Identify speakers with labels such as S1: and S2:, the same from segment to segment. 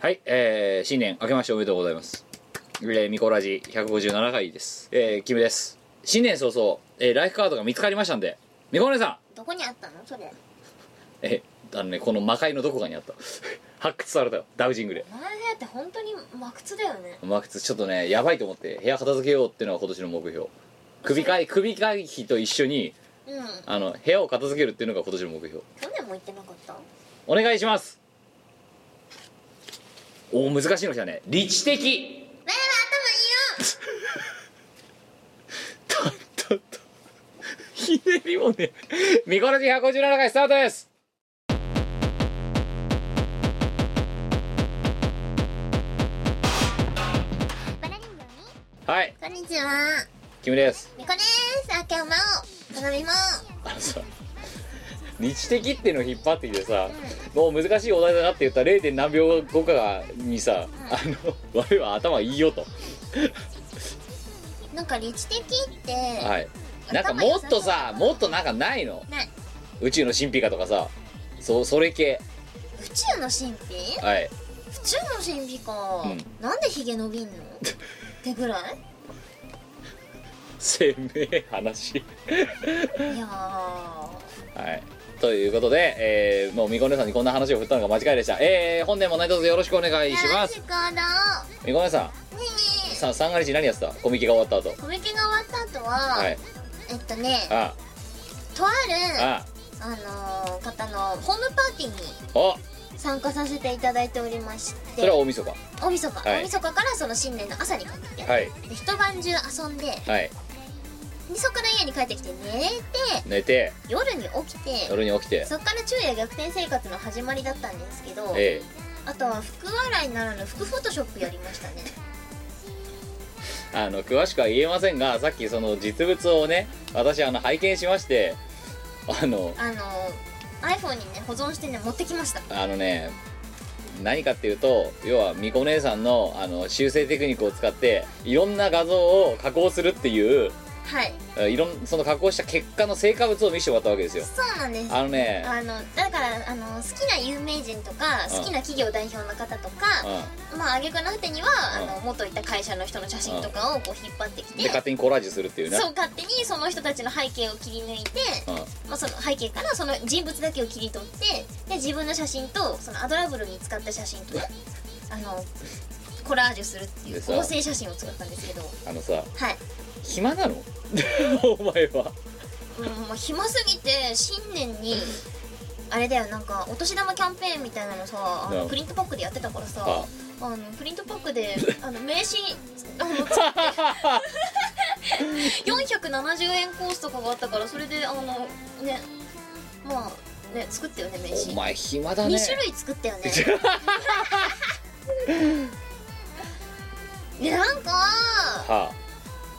S1: はい、えー、新年明けましておめでとうございます。えー、ミコラジ157回です。えー、キムです。新年早々、えー、ライフカードが見つかりましたんで、ミコ姉さ
S2: どこにあったのそれ
S1: んえー、あのね、この魔界のどこかにあった。 発掘されたよ、ダウジングで。
S2: お前の部屋って本当に真靴だよね
S1: マークスちょっとね、やばいと思って、部屋片付けようっていうのが今年の目標。首会、首会費と一緒に、
S2: うん
S1: あの、部屋を片付けるっていうのが今年の目標。
S2: 去年も行ってなかった
S1: お願いしますおー難しいの来たね理知的
S2: 前は頭いいよ
S1: たったったひねりもねミコラジ157回スタートです
S2: バラ人形に
S1: はい
S2: こんにちは
S1: キムです
S2: みこですあけおまおかなみも
S1: あのさ理知的っていうのを引っ張ってきてさもう難しいお題だなって言った 0. 何秒後かにさあの我は頭いいよと
S2: なんか理知的って、
S1: はいなんかもっとさもっとなんかないの
S2: ない
S1: 宇宙の神秘かとかさそそれ系
S2: 宇宙の神秘
S1: はい
S2: 宇宙の神秘か、
S1: うん
S2: なんでヒゲ伸びんのってぐらい
S1: せめえ話
S2: いやー
S1: はい。ということで、えー、もうみこねさんにこんな話を振ったのが間違いでした。えー、本年も何卒よろしくお願いします。
S2: からね
S1: みこねさん、
S2: え
S1: さ三が日何やってたコミケが終わった後。
S2: コミケが終わった後は、
S1: はい。
S2: えっとね
S1: あ
S2: とあ
S1: あ、
S2: る
S1: あ
S2: あのー方のホームパーティーに
S1: あ、お
S2: 参加させていただいておりまし
S1: それは
S2: て
S1: 大晦日。
S2: 大晦日か、
S1: はい
S2: 大晦日からその新年の朝にかけて、
S1: はい。
S2: で一晩中遊んで
S1: はい。
S2: でそっから家に帰ってきて寝て
S1: 寝て、
S2: 夜に起きて
S1: 夜に起きて、
S2: そっから昼夜逆転生活の始まりだったんですけど
S1: え
S2: あとは服洗いならぬ服フォトショップやりましたね
S1: えあの、詳しくは言えませんが、さっきその実物をね、私、あの、拝見しまして、あの、
S2: あのー iPhone にね保存してね持ってきました
S1: あのね、何かっていうと要はみこ姉さんのあの修正テクニックを使っていろんな画像を加工するっていう
S2: はい
S1: えいろんその加工した結果の成果物を見せてもらったわけですよ
S2: そうなんです
S1: あのね
S2: あのだからあの好きな有名人とか
S1: うん
S2: 好きな企業代表の方とか、まあ挙句の果てには、
S1: うん
S2: あの元いた会社の人の写真とかをこう引っ張ってき
S1: うん、で
S2: て、
S1: 勝手にコラージュするっていうね
S2: そう勝手にその人たちの背景を切り抜いて、
S1: うん、
S2: まあ、その背景からその人物だけを切り取ってで自分の写真とそのアドラブルに使った写真とねあのコラージュするってい
S1: で
S2: う
S1: さ
S2: 合成写真を使ったんですけど
S1: あのさ
S2: はい
S1: 暇なの お前は
S2: うんもう暇すぎて新年にあれだよなんかお年玉キャンペーンみたいなのさあ
S1: う
S2: の
S1: ん
S2: プリントパックでやってたからさ
S1: あ
S2: あのプリントパック であの名刺あの470円コースとかがあったからそれであのねまあね作ったよね名刺
S1: お前暇だね
S2: 2種類作ったよ ねでなんか
S1: は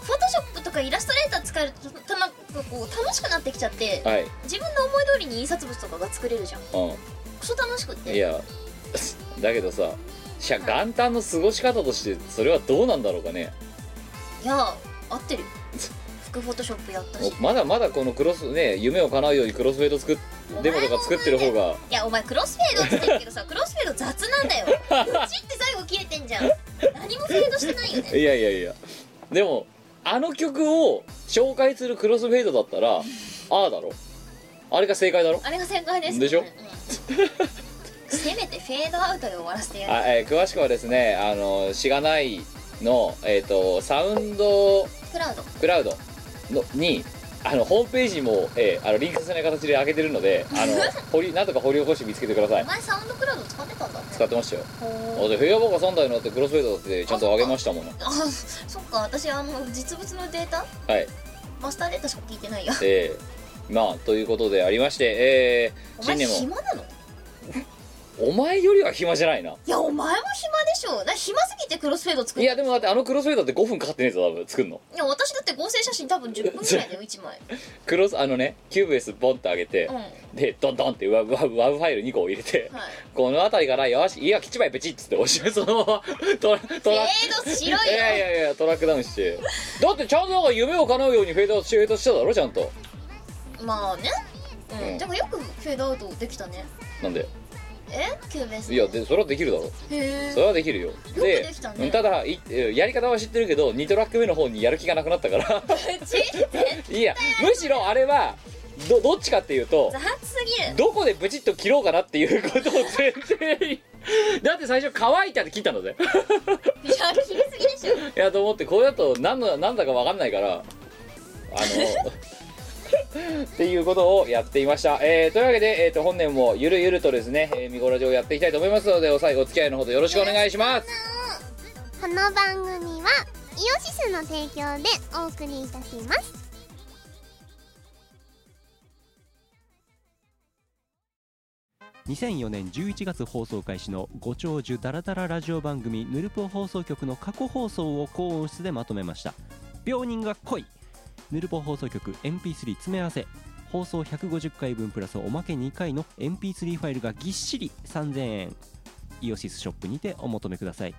S2: フォトショップとかイラストレーター使えるとたなんかこう楽しくなってきちゃって
S1: あはい
S2: 自分の思い通りに印刷物とかが作れるじゃん
S1: う
S2: クソ楽しくっ
S1: ん
S2: て
S1: いや だけどさしゃ元旦の過ごし方としてそれはどうなんだろうかね
S2: いや合っ てるよ服フォトショップやったし
S1: おまだまだこのクロスね夢を叶うようにクロスフェード作っデモとか作ってる方が
S2: いやお前クロスフェードって言ってるけど さクロスフェード雑なんだようちって最後切れてんじゃん何もフェードしてないよね
S1: いやいやいやでもあの曲を紹介するクロスフェードだったらああだろあれが正解だろ
S2: あれが正解です
S1: でしょ
S2: うんうんせめてフェードアウトで終わらせてやる
S1: あ、えー詳しくはですねあのしがないの、えー、とサウンド
S2: クラウド
S1: クラウドのにあのホームページにも、えーあのリンクさせない形で上げてるのであ の掘りなんとか掘り起こして見つけてくださ
S2: お
S1: い
S2: 前サウンドクラウド使ってたんだね
S1: 使ってましたよ
S2: ほー
S1: で冬場が3台になってクロスフェードだってちゃんと上げましたもの
S2: あそっか私あの実物のデータ
S1: はい
S2: マスターデータしか聞いてないよ
S1: えー、まあということでありましてえ
S2: お
S1: ー、
S2: 前
S1: 新年も
S2: 暇なの
S1: お前よりは暇じゃないない
S2: やお前も暇でしょな暇すぎてクロスフェード作
S1: い
S2: る
S1: やでもだってあのクロスフェードって5分かかってねえぞ多分作るの
S2: いや私だって合成写真多分10分ぐらいだよ1枚
S1: クロスあのねキューブ S ボンって上げて
S2: うん、は
S1: でドンドンってワブワブワブファイル2個を入れて、
S2: い
S1: この辺りから「よしいやきちばいべち」っつって押しそのままトラ
S2: フ
S1: ト
S2: ェ
S1: ラ
S2: ードしろよ
S1: いやいやいやトラックダウンしてだってちゃんとなんか夢を叶うようにフェードアウトフェードしただろちゃんと
S2: まあね
S1: う
S2: うんん、だからよくフェードアウトできたね
S1: なんで
S2: えキューベース
S1: いやでそれはできるだろう
S2: へえ
S1: それはできるよ
S2: く
S1: で
S2: できたね
S1: うんただいえやり方は知ってるけど2トラック目の方にやる気がなくなったから
S2: うちって
S1: いやむしろあれはどどっちかっていうと
S2: 雑すぎ る
S1: どこでブチッと切ろうかなっていうことを全然だって最初乾いたって切ったので
S2: いや切りすぎでしょ
S1: いやと思ってこれだと何の何だか分かんない からあのっていうことをやっていました、えーというわけで、えー、と本年もゆるゆるとですね、えー、見頃上やっていきたいと思いますのでお最後お付き合いのほどよろしくお願いします
S3: この番組はイオシスの提供でお送りいたします
S4: 2004年11月放送開始のご長寿ダラダララジオ番組「ヌルポ放送局」の過去放送を高音質でまとめました病人が来いヌルポ放送局 MP3 詰め合わせ放送150回分プラスおまけ2回の MP3 ファイルがぎっしり3000円イオシスショップにてお求めください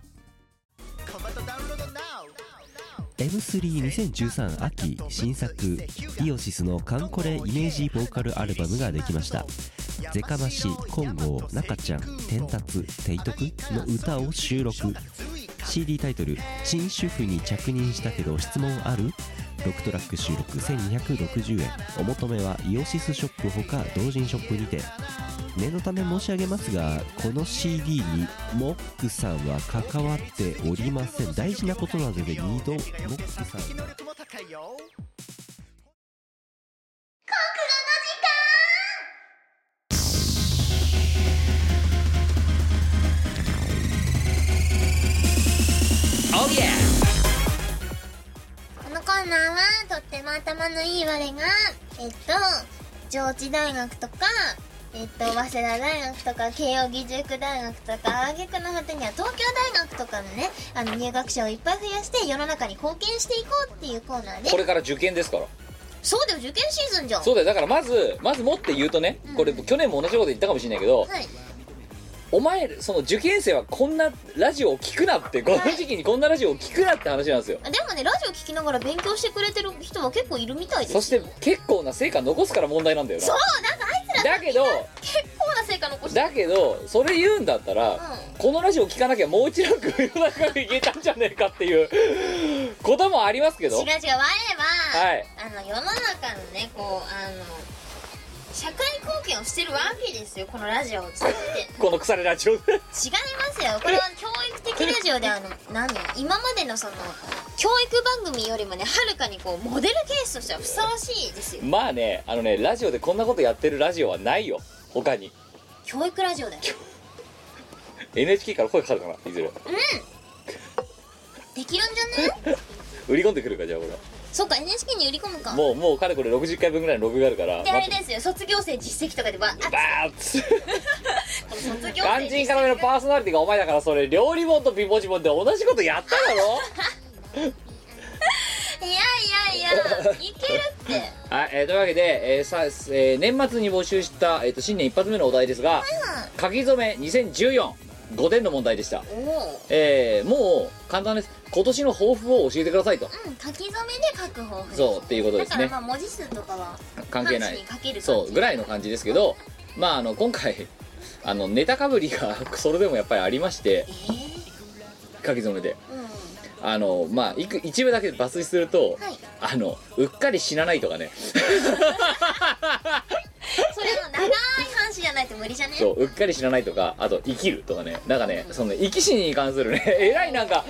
S4: M32013 秋新作イオシスのカンコレイメージボーカルアルバムができましたゼカマシ、コンゴ、中ちゃん、天達、提督の歌を収録 CD タイトル「新主婦に着任したけど質問ある?」6トラック収録1260円お求めはイオシスショップほか同人ショップにて念のため申し上げますがこの CD にモックさんは関わっておりません大事なことなので二度モックさん
S3: このコーナーはとっても頭のいい我がえっと上智大学とかえっ と早稲田大学とか慶應義塾大学とか挙句の果てには東京大学とかのねあの入学者をいっぱい増やして世の中に貢献していこうっていうコーナーで
S1: これから受験ですから
S2: そうだよ受験シーズンじゃん
S1: そうだよだからまずまずもって言うとねこれ去年も同じこと言ったかもしれないけど、
S2: はい
S1: お前その受験生はこんなラジオを聞くなってこの時期にこんなラジオを聞くなって話なんですよ
S2: でもねラジオ聞きながら勉強してくれてる人は結構いるみたいです
S1: そして結構な成果残すから問題なんだよな
S2: そうなんかあいつら
S1: だけど
S2: 結構な成果残して
S1: だけどそれ言うんだったら、
S2: うん
S1: このラジオ聞かなきゃもう一ランク上の中にいけたんじゃねえかっていう こともありますけど
S2: 違う違う我は、
S1: はい
S2: あの世の中のねこうあの社会貢献をしてるわけですよこのラジオを作って
S1: この腐れラジオ で
S2: 違いますよこれは教育的ラジオであの 何今までのその教育番組よりもねはるかにこうモデルケースとしてはふさわしいですよ
S1: まあねあのねラジオでこんなことやってるラジオはないよ他に
S2: 教育ラジオだよ
S1: NHK から声かかるかないずれ
S2: できるんじゃね
S1: 売り込んでくるかじゃあこれ
S2: そっか NHK に売り込むか
S1: もうもうかれこれ60回分ぐらいの録画あるから
S2: であれですよ卒業生実績とかでわあ
S1: バーッつ
S2: 卒
S1: 肝心
S2: 業生実績
S1: からのパーソナリティがお前だからそれ料理本と美文字本で同じことやっただろ
S2: いやいやいや いけるって
S1: はい、えーというわけで、えーさえー年末に募集した、えーと新年一発目のお題ですが「書き初め20145点の問題でした
S2: おお
S1: えーもう簡単です今年の抱負を教えてくださいと
S2: うん書き初めで書く方法
S1: そうっていうことです
S2: だから
S1: ね
S2: まあ文字数とかは
S1: 関係ない
S2: 半紙に書ける感じ
S1: そうぐらいの感じですけどまああの今回 あのネタかぶりが それでもやっぱりありまして
S2: えー
S1: 書き初めで
S2: うん
S1: あのまあいく一部だけ抜粋すると、
S2: はい
S1: あのうっかり死なないとかね
S2: それも長い半紙じゃないと無理じゃね
S1: そううっかり知らないとかあと生きるとかねなんかねそのね生き死にに関するね えらいなんか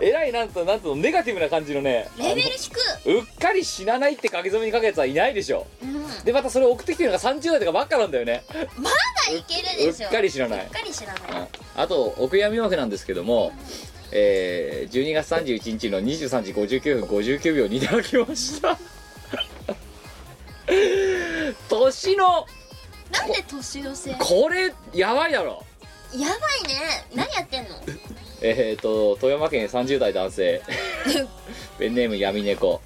S1: えらいなんとなんとネガティブな感じのねあの
S2: レベル低
S1: うっかり死なないって書き初めに書くやつはいないでしょ
S2: うんま
S1: でまたそれ送ってきてるのが30代とかばっかなんだよね
S2: だいけるでしょ
S1: うっかり知らないう
S2: っかり知らない
S1: ああとお悔やみ枠なんですけどもえー、12月31日の23時59分59秒にいただきました 年の
S2: なんで年寄せやば
S1: これやばいだろ
S2: いね何やってんの
S1: えー、と富山県30代男性 ペンネーム闇猫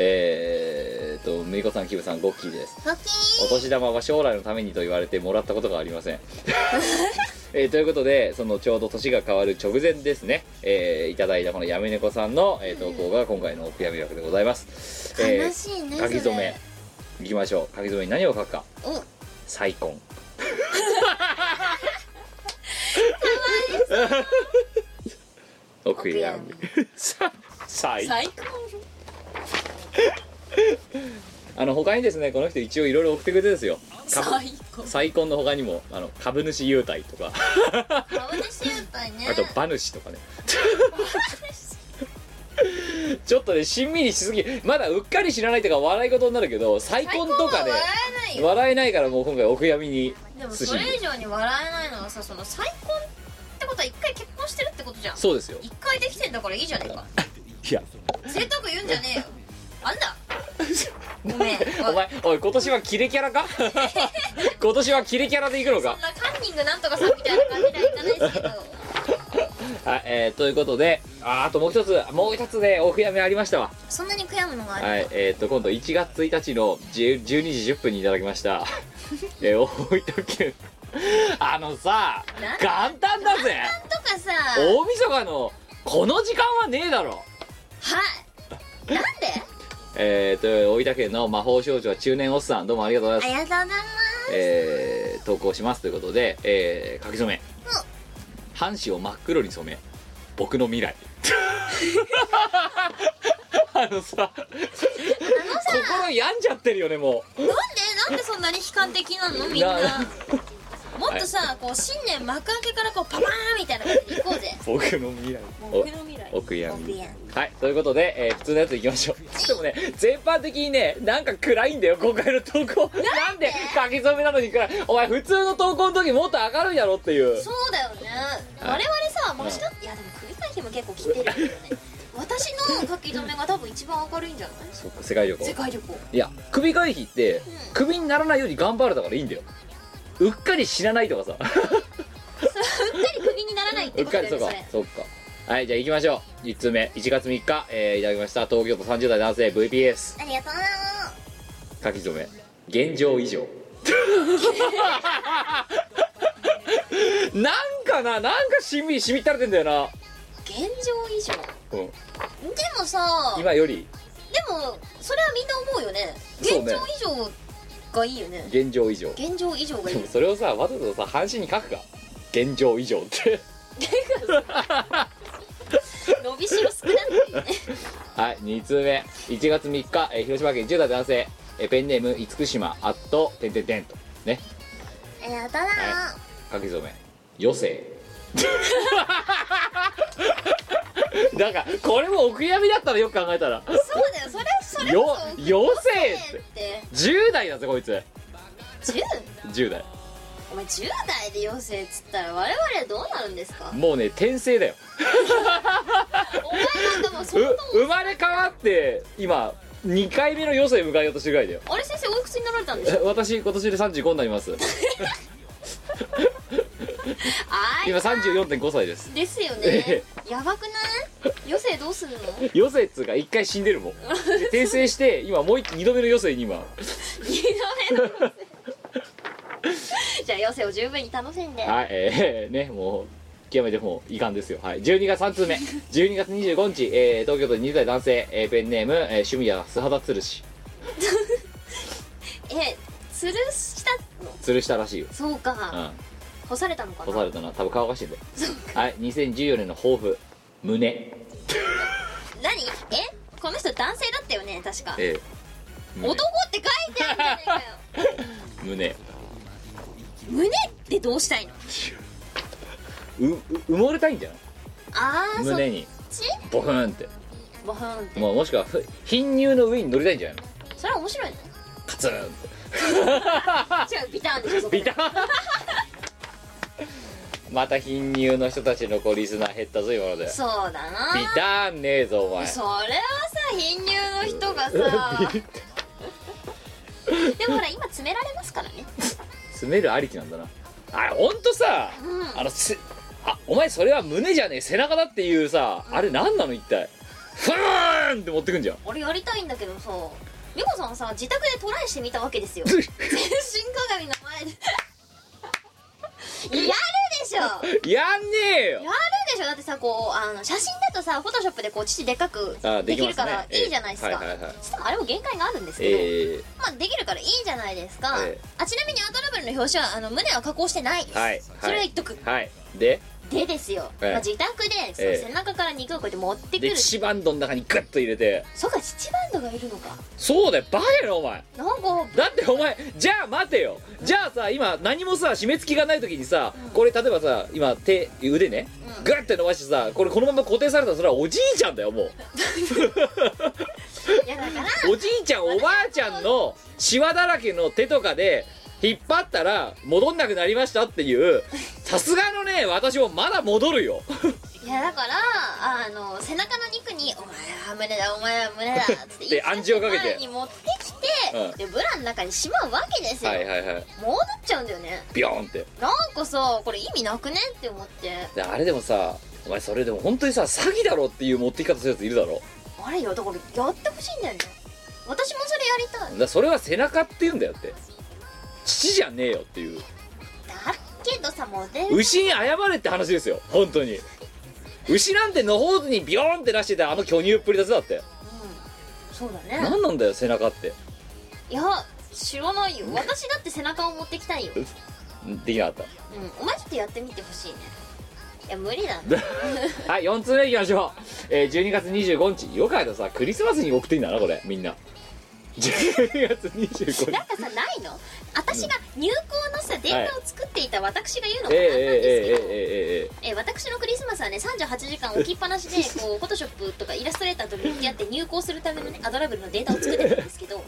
S1: えー、とめいこさんキムさんゴッキーです
S2: ガキー
S1: お年玉は将来のためにと言われてもらったことがありま せん、えーということでそのちょうど年が変わる直前ですね、えーいただいたこの闇猫さんの、えー投稿が今回のお悔やみ枠でございます、えー
S2: 悲しいね
S1: 書き初
S2: そ
S1: め
S2: れ
S1: いきましょう書き初めに何を書くか
S2: お
S1: 再婚奥やんささい
S2: 最高
S1: あの他にですねこの人一応いろいろ送ってくれてるんですよか
S2: 最高
S1: 再婚の他にもあの株主優待とか
S3: 顔出しやったいね
S1: あと馬主とかね ちょっとねしんみりしすぎまだうっかり知らないとか笑い事になるけど再婚とかね
S3: 笑えないよ
S1: 笑えないからもう今回お悔やみに
S2: でも
S1: 寿
S2: そ
S1: 司
S2: れ以上に笑えないのはさその再婚ってことは一回結婚してるってことじゃん
S1: そうですよ
S2: 一回できてんだからいいじゃねえか
S1: いや
S2: 贅沢言うんじゃねえよあんだごめん
S1: お前おい今年はキレキャラ か今年はキレキャラでいくの
S2: そ
S1: か
S2: んなカンニングなんとかさんみたいな感じではいかないですけ ど
S1: はい、えーということであーあともう一つもう一つねお悔やみありましたわ
S2: そんなに悔やむのがある、
S1: はいえー、と今度1月1日の10 12時10分にいただきま したえー大分県あのさ
S2: なん
S1: 元旦だぜ
S2: とかさ
S1: 大晦日のこの時間はねえだろ
S2: はいなんで
S1: えー、と大分県の魔法少女は中年おっさんどうもありがとうござ
S3: あ
S1: います、
S3: やだな
S1: えー、投稿しますということで、えー、書き初め半紙を真っ黒に染め僕の未来 あのさ心病んじゃってるよねもう
S2: なんでなんでそんなに悲観的なのみんな
S1: な
S2: もっとさこう新年幕開けからこうパパーンみたいな感じでいこうぜ
S1: 僕の未来
S2: もう僕の未来
S1: お悔やみ
S3: 悔や
S1: はいということで、えー普通のやついきましょうでもね全般的にねなんか暗いんだよ今回の投稿なんで書き初めなのに暗いお前普通の投稿の時もっと明るいだろっていう
S2: そうだよね我々さ間違っていやでも首回避も結構来てるけどね私の書き留めが多分一番明るいんじゃない
S1: そっか世界旅行
S2: 世界旅行
S1: いや首回避ってクビにならないように頑張るだからいいんだようっかり死なないとかさ
S2: うっかり首にならないっ
S1: う
S2: て
S1: っ
S2: こと
S1: か
S2: だ
S1: り
S2: よ
S1: そ
S2: ね
S1: っか
S2: そ
S1: そ
S2: れ
S1: っかはいじゃあ行きましょう1通目1月3日、えーいただきました東京都30代男性 VPS
S3: ありがとうな
S1: 書き初め現状以 上なんかななんかしみしみったれてんだよな、
S2: 現状以上
S1: うん、
S2: でもさで
S1: 今より
S2: もそれはみんな思うよね現
S1: そうね
S2: 状以上がいいよね
S1: 現状以上
S2: 現状以上がい
S1: で
S2: い
S1: もそれをさわざとさ半紙に書くか現状以上って
S2: 伸びしろ少なくていいね
S1: はい2通目1月3日、えー広島県10代男性、えーペンネーム厳島アットてんてんてんとね
S3: ありがとうな
S1: 書き初め余生 なんかこれもお悔やみだったらよく考えたら
S2: そうだよそれそれ
S1: よ
S2: こそ
S1: 妖精
S2: 妖精って
S1: 10代だぜこいつ
S2: 10
S1: 10代
S2: お前10代で妖精っつったら我々はどうなるんですか
S1: もうね転生だよ
S2: お前なんかもう
S1: う
S2: 相当
S1: 生まれ変わって今2回目の余生迎えようとしてるぐらいだよ
S2: あれ先生おいくつになられたんでしょ
S1: え 私今年で35になります
S2: あー
S1: 今34.5歳です
S2: ですよ
S1: え
S2: ねやばくない余生どうすんの
S1: 余生っつうか1回死んでるもんで転生して今もう2度目の余生に今
S2: 二度目の余生じゃあ余生を十分に楽しんで
S1: はいえー、ね もう極めてもう遺憾ですよはい12月3通目12月25日、えー東京都20代男性、えーペンネーム、えー趣味は素肌つるし
S2: え吊るしたの
S1: つるしたらしいよ
S2: そう
S1: う
S2: か
S1: ん
S2: 干されたのか
S1: 干さ
S2: な
S1: れたな多分顔おかしいんだよはい2014年の抱負胸
S2: 何えこの人男性だったよね確か
S1: ええ
S2: 男って書いてあるじゃねえかよ
S1: 胸
S2: 胸ってどうしたいの
S1: うう埋もれたいんじゃない
S2: ああそっ
S1: 胸に
S2: ち
S1: ボフンって
S2: ボフンって
S1: もうもしくはふ貧乳の上に乗りたいんじゃないの
S2: それは面白いね
S1: カツンっ
S2: 違うビターンでしょそこ
S1: てビタンまた貧乳の人たちのこうリスナー減ったぞ今ので
S2: そうだな
S1: ビターンねえぞお前
S2: それはさ貧乳の 人がさでもほら今詰められますからね
S1: 詰めるありきなんだなあれほんとさ、
S2: うん
S1: あのせあお前それは胸じゃねえ背中だっていうさ、あれ何なの一体フーンって持ってくんじゃん
S2: 俺やりたいんだけどさ美子さんさ自宅でトライしてみたわ けですよ全身鏡の前でやるでしょやる
S1: やんねえよ
S2: でしょだってさこうあの写真だとさフォトショップでこう父でかく
S1: あ
S2: でき
S1: ま
S2: る
S1: すね
S2: からいいじゃないです
S1: え
S2: か
S1: えはいはいはい
S2: しかもあれも限界があるんですけど、
S1: え
S2: まあできるからいいじゃないですか、
S1: ええ
S2: あちなみにアドラブルの表紙はあの胸は加工してないです、
S1: はいはい
S2: それは言っとく
S1: えはいで
S2: でですよ、
S1: ええ
S2: まあ、自宅でそ
S1: ええ
S2: の背中から肉をこうやって持ってく
S1: で
S2: る、
S1: チバンドの中にグッと入れて
S2: そうか七バンドがいるのか
S1: そうだよバカやろお前
S2: なんか
S1: だってお前じゃあ待てよじゃあさ今何もさ締め付きがない時にさこれ例えばさ今手腕ね
S2: うん
S1: グッて伸ばしてさこれこのまま固定されたらそれはおじいちゃんだよも
S2: いやだ から
S1: うおじいちゃんおばあちゃんのシワだらけの手とかで引っ張ったら戻んなくなりましたっていうさすがのね私もまだ戻るよ
S2: いやだからあの背中の肉に「お前は胸だお前は胸 だ」つって
S1: で暗示をかけて
S2: 前に持ってきて、
S1: うん
S2: でブラの中にしまうわけですよ、
S1: はいはいはい
S2: 戻っちゃうんだよね
S1: ビョーンって
S2: なんかさこれ意味なくねって思って
S1: であれでもさお前それでも本当にさ詐欺だろっていう持ってき方するやついるだろ
S2: あれよだからやってほしいんだよね私もそれやりたい
S1: だからそれは背中って言うんだよって父じゃねえよっていう
S2: だけどさもうで
S1: 牛に謝れって話ですよ本当に牛なんてのほうずにビヨーンって出してたあの巨乳っぷりだぜだって
S2: うんそうだね
S1: 何なんだよ背中って
S2: いや知らないよ私だって背中を持ってきたいよ、うん、
S1: んできなかっ
S2: お前ちょっとやってみてほしいねいや無理だね
S1: たはい4通目いきましょう、えー、12月25日よかったさクリスマスに送っていいんだなこれみんな12月25
S2: なん
S1: 日
S2: かさないの私が入校のさ電話を作っていた私が言う
S1: えー、
S2: のも
S1: え
S2: なんなんですけ
S1: えー、えー、え
S2: ど、え
S1: ー、えー、え
S2: 私のクリスマスはね38時間置きっぱなしでこうフォトショップとかイラストレーターと向き合って入校するためのねアドラブルのデータを作ってたんですけど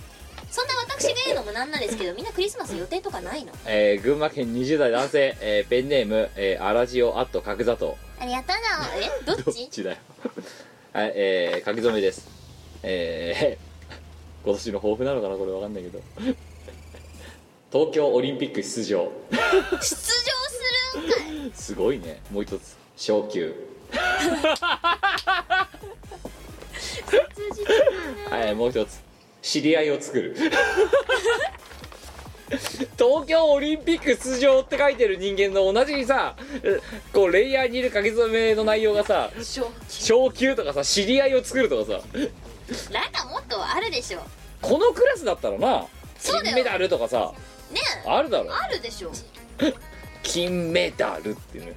S2: そんな私が言うのもなんなんですけどみんなクリスマス予定とかないの
S1: えー群馬県20代男性、えーペンネーム、えー、アラジオアット角砂糖
S3: ありがとうだ
S2: えどっ
S1: どっ
S2: ち
S1: ちだよはいえー、書き初めですえー、今年の抱負なのかなこれわかんないけど東京オリンピック出場
S2: 出場するんかい
S1: すごいねもう一つ昇 級
S2: 通じ
S1: はいもう一つ知り合いを作る東京オリンピック出場って書いてる人間の同じにさうこうレイヤーにいる書き初めの内容がさ昇級とかさ知り合いを作るとかさ
S2: なんかもっとあるでしょ
S1: このクラスだったらな
S2: そう
S1: 金
S2: だよ
S1: メダルとかさ
S2: ね
S1: あるだろ
S2: あるでしょ
S1: 金メダルっていうね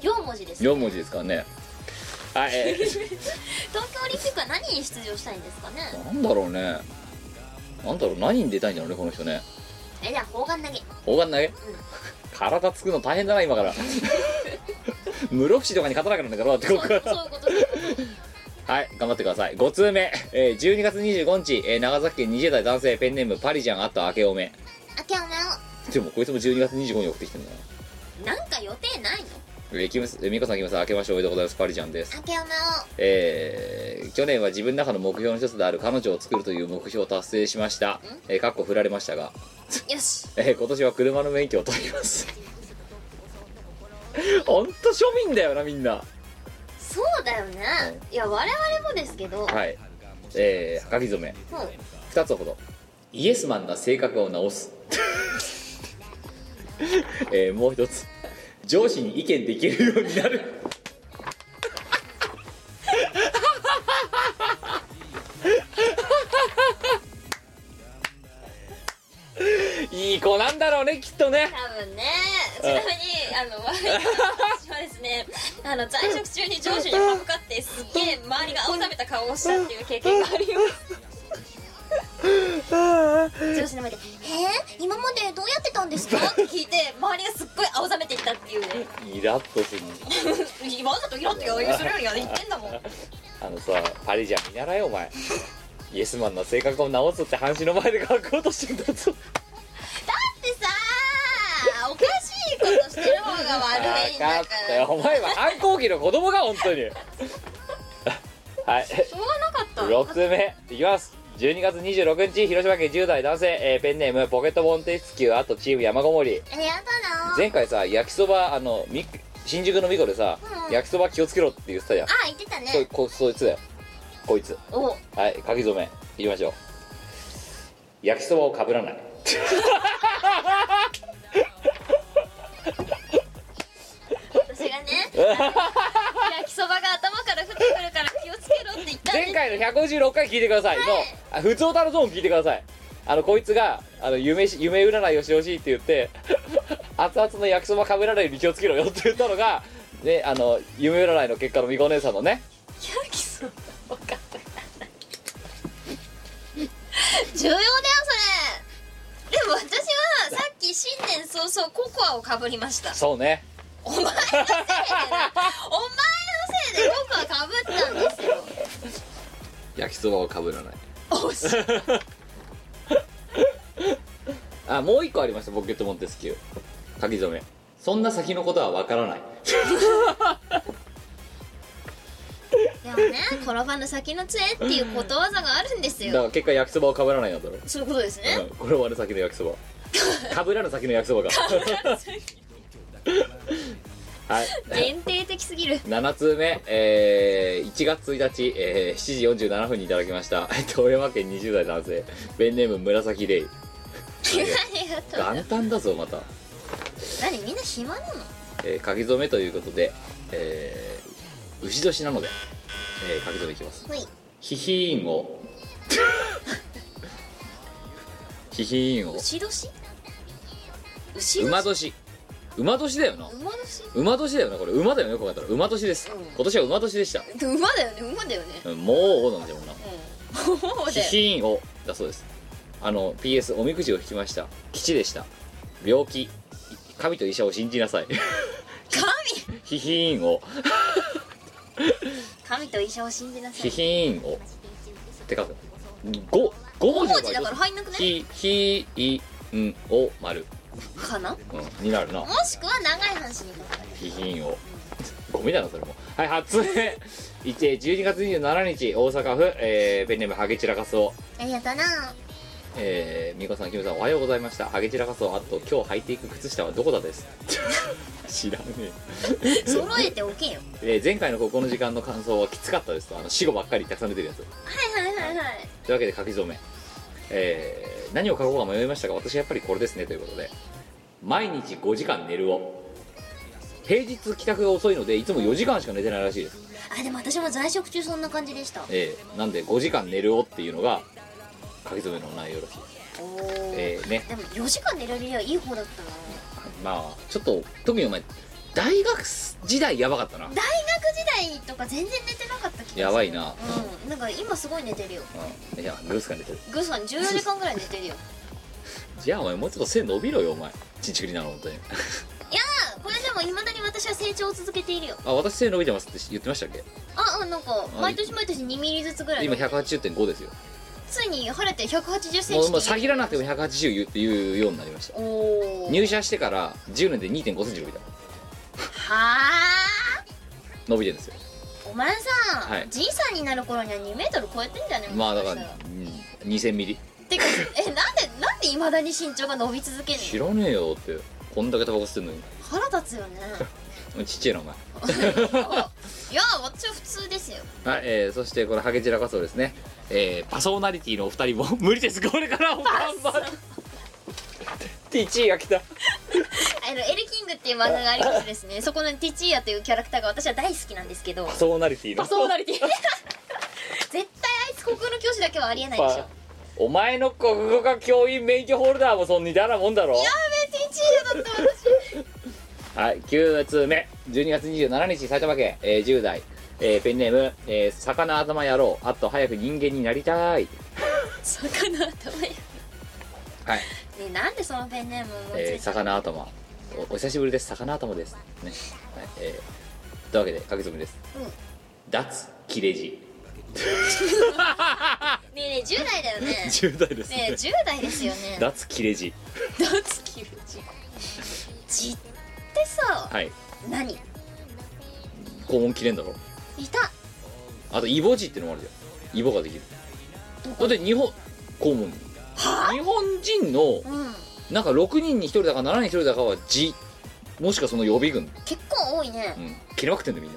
S2: 4文字です
S1: 4文字ですからねはい、え
S2: 東京オリンピックは何に出場したいんですかね
S1: ーなんだろうねなんだろう何に出たいんだろうねこの人ね
S2: えじゃあ砲丸投げ
S1: 砲丸投げ体つくの大変だな今から 室伏とかに勝たなきゃならないだろうってここ
S2: そう
S1: から
S2: そういうことそういうこと
S1: はい頑張ってください5通目、えー、12月25日、えー長崎県20代男性ペンネームパリジャンあった明けおめ
S3: あけおめを
S1: でもこいつも12月25に送ってきてるんだな
S2: なんか予定ないの
S1: えーきむすえーみこさんきむさん明けましておめでとうございますパリジャンです
S3: あけおめを
S1: えー去年は自分の中の目標の一つである彼女を作るという目標を達成しました、えー、かっこ振られましたが、
S2: よし
S1: えー今年は車の免許を取ります ほんと庶民だよなみんな
S2: そうだよねいや我々もですけど、
S1: はいえー、書き初め
S2: もう
S1: 2つほどイエスマンな性格を直す、 えーもう一つ上司に意見できるようになる いい子なんだろうねきっとね
S2: 多分ねちなみにあの私はです ねあの在職中に上司に歯向かってすっげえ周りが青ざめた顔をしたっていう経験があります上司の前で「えー、今までどうやってたんですか?」って 聞いて周りがすっごい青ざめていったっていうね
S1: イラッとする
S2: 今わざといろって余裕するよ言ってんだもん
S1: あのさパリじゃ見習えよお前イエスマンの性格を直すって半紙の前で書こうとしてんだぞ
S2: だってさーおかしいことしてる方が悪いんだから
S1: わかったよお前は反抗期の子供が本当にはい
S2: しょうがなかった
S1: 6つ目いきます12月26日広島県10代男性、えーペンネームポケットボンテスキューあとチーム山ごもり
S3: ありがとうだ
S1: 前回さ焼きそばあのみ新宿のみこでさ、焼きそば気をつけろって言ってたじゃん
S3: あ言ってた
S1: こい
S3: ね
S1: こそいつだよこいつ
S2: お
S1: はい書き初めいきましょう焼きそばをかぶらない
S2: 私がね焼きそばが頭から降ってくるから気をつけろって言ったんで
S1: 前回の156回聞いてくださいのあ「普通歌のゾーン」聞いてくださいあのこいつがあの夢し夢 占いをしてほしいって言って熱々の焼きそばかぶらないように気をつけろよって言ったのがねあの夢占いの結果のみこ姉さんのね
S2: ゆきさんわかんない重要だよそれでも私はさっき新年早々ココアをかぶりました
S1: そうね
S2: お前のせいでなお前のせいでココアかぶったんですよ
S1: 焼きそばをかぶらない
S2: 惜しい
S1: あもう一個ありました「ポケットモンテスキュー」書き初めそんな先のことはわからない
S2: でもね転ばぬ先の杖っていうことわざがあるんです
S1: だか
S2: よ
S1: ら結果焼きそばをかぶらないなんだろう
S2: そういうことですね
S1: これはる先の焼きそばかぶらぬ先の焼きそばか はい
S2: 限定的すぎる
S1: 7通目、えー1月1日、えー7時47分にいただきました えっと富山県20代男性ペンネーム紫 レイ
S2: ありがとう
S1: 元旦だぞまた、
S2: 何みんな暇なの
S1: えー書き初めということで、えー牛年なので、えー書き初めいきます
S3: ほい
S1: ヒヒーン をヒヒーンを
S2: 牛年牛年
S1: 馬年馬年だよな
S2: 馬年
S1: 馬年だよなこれ馬だよねよく考えたら馬年です、
S2: うん
S1: 今年は馬年でした、
S2: で馬だよね馬だよね
S1: うん、もう王なんだよな
S2: うん馬
S1: ヒ
S2: だよ
S1: ヒーンをだそうですあの PS おみくじを引きました吉でした病気神と医者を信じなさい
S2: 神
S1: ヒヒーンを
S2: 神と医者を信じなさ
S1: ヒ
S2: い
S1: ヒーンをって書く5五文
S2: 5
S1: 字
S2: 文字だから入んなくない
S1: ヒヒインを丸、
S2: かな
S1: うん、になるな
S3: もしくは長い話にかかる
S1: 備品をゴミだなそれもはい初 目一えー12月27日大阪府、えーペンネームハゲチラカスオ
S3: ありがとうな
S1: えー、みこさんキムさんおはようございましたハゲチラカスオあと今日履いていく靴下はどこだです 知らね
S2: 揃えておけよ
S1: ええー前回のここの時間の感想はきつかったですとあの死後ばっかりたくさん出てるやつとい
S3: はいはいはいはい
S1: いうわけで書き初めえー何を書こうか迷いましたが私はやっぱりこれですねということで毎日5時間寝るを平日帰宅が遅いのでいつも4時間しか寝てないらしいです
S2: あでも私も在職中そんな感じでした
S1: えーなんで5時間寝るをっていうのが書き初めの内容らしい、
S2: おー
S1: えーね
S2: でも4時間寝られりゃいい方だったな
S1: まあちょっと特にお前大学時代やばかったな
S2: 大学時代とか全然寝てなかった気がする
S1: やばいな、
S2: うんなんか今すごい寝てるよ
S1: うん、いやグースが寝てる
S2: グーさん14時間ぐらい寝てるよ
S1: じゃあお前もうちょっと背伸びろよお前ちんちくりなの本当に
S2: あこれでもいまだに私は成長を続けているよ
S1: あ私背伸びてますって言ってましたっけ
S2: あうんなんか毎年毎年2ミリずつぐらい
S1: 今180.5ですよ
S2: ついに晴れて1 8 0セン
S1: もう
S2: チ
S1: もう下切らなくても180言うっていうようになりました
S2: おお
S1: 入社してから10年で2 5センチ伸びた
S2: はあ
S1: 伸びてるんですよ
S2: お前さ、
S1: はい
S2: じいさんになる頃には2メートル超えてんじゃね
S1: まあだから、
S2: もし
S1: う
S2: し
S1: ん、2000ミリ
S2: たらてかえなんでなんでいまだに身長が伸び続けん
S1: 知
S2: の
S1: らねえよってこんだけタバコ吸ってんのに
S2: 腹立 つよね
S1: お前ちっちゃいなお前
S2: あいや私は普通ですよ
S1: はい、えー、そしてこれハゲチラカソですね、えー、パソナリティのお二人も 無理ですこれからも頑張る T1 位が来た
S2: あのエルキングっていう漫画がありましてですねそこのティチーアというキャラクターが私は大好きなんですけど
S1: パソナリティの
S2: パソナリティ 絶対あいつ国語の教師だけはありえないでしょ
S1: パお前の国語科教員免許ホルダーもそんにだらもんだろ
S2: ティチーアだった私
S1: はい9通目12月27日埼玉県、えー、10代、えー、ペンネーム、えー、魚頭野郎あっと早く人間になりたい
S2: 魚頭やね
S1: はい、
S2: えなんでそのペンネームを思いつ
S1: えー、
S2: いたの
S1: 魚頭おお久しぶりです魚頭ですねはいえー、というわけで書き初めです、脱切れ字
S2: ねえねえ10代だよね
S1: 10代 です
S2: ねえ10代ですよね
S1: 脱切れ字
S2: 脱切る字字ってさ
S1: はい
S2: 何い
S1: 肛門切れんだろ
S2: た
S1: あとイボ字ってのもあるじゃんイボができるだって日本肛門日本人の
S2: うん
S1: なんか6人に1人だか7人に1人だかは字もしくはその予備軍、
S2: 結構多いね
S1: うん、切れまくってんだよみん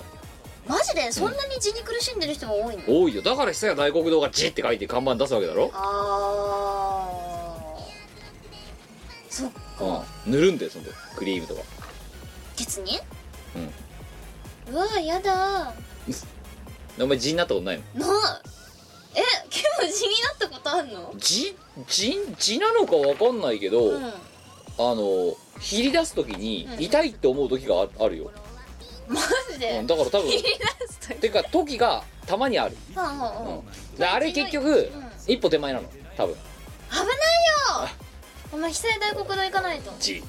S1: な
S2: マジでそんなに字に苦しんでる人が多いの
S1: 多いよだから久屋大国堂が字って書いて看板出すわけだろ、
S2: あーそっか
S1: うん、塗るんだよそんでクリームとか
S2: ケツに
S1: うん
S2: うわーやだ
S1: お前字になったことないの
S2: ーなあえケム字になったことあんの
S1: 字字字なのかわかんないけど、
S2: うん
S1: あの切り出す時に
S2: うん
S1: 痛いって思う時がああるよ
S2: マジ
S1: う
S2: で
S1: んだから多 分
S5: 切り出すという
S1: てか時がたまにある、
S2: はあはあ
S1: うん
S2: は
S1: であれ結局一歩手前なの多分
S2: あ危ないよお前被災大国堂行かないと
S1: G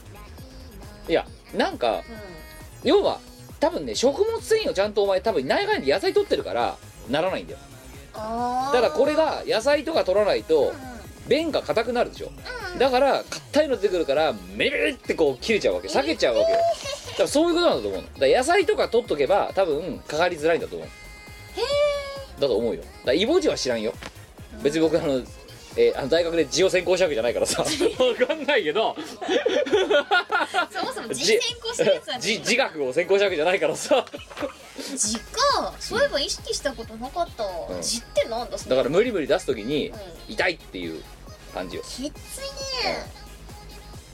S1: いやなんか
S2: う
S1: 要は多分ね食物繊維をちゃんとお前多分内外で野菜取ってるからならないんだよ
S2: んあ
S1: だか
S2: あ
S1: らこれが野菜とか取らないと便が硬くなるでしょだから硬いの出てくるからメルってこう切れちゃうわけ裂けちゃうわけよだからそういうことなんだと思うのだから野菜とか取っとけば多分かかりづらいんだと思うだと思うよだからイボジは知らんよ別に僕あの,、えーあの大学で字を専攻したわけじゃないからさわかんないけど
S5: そもそも人
S1: じ
S5: 選考してるやつは
S1: じ自学を専攻したわけじゃないからさ
S2: 実家そういえば意識したことなかった
S1: ん
S2: 実ってなんだそ
S1: だか
S2: れ
S1: ら無理無理出す時に
S2: う
S1: 痛いっていう感じよ
S2: きついね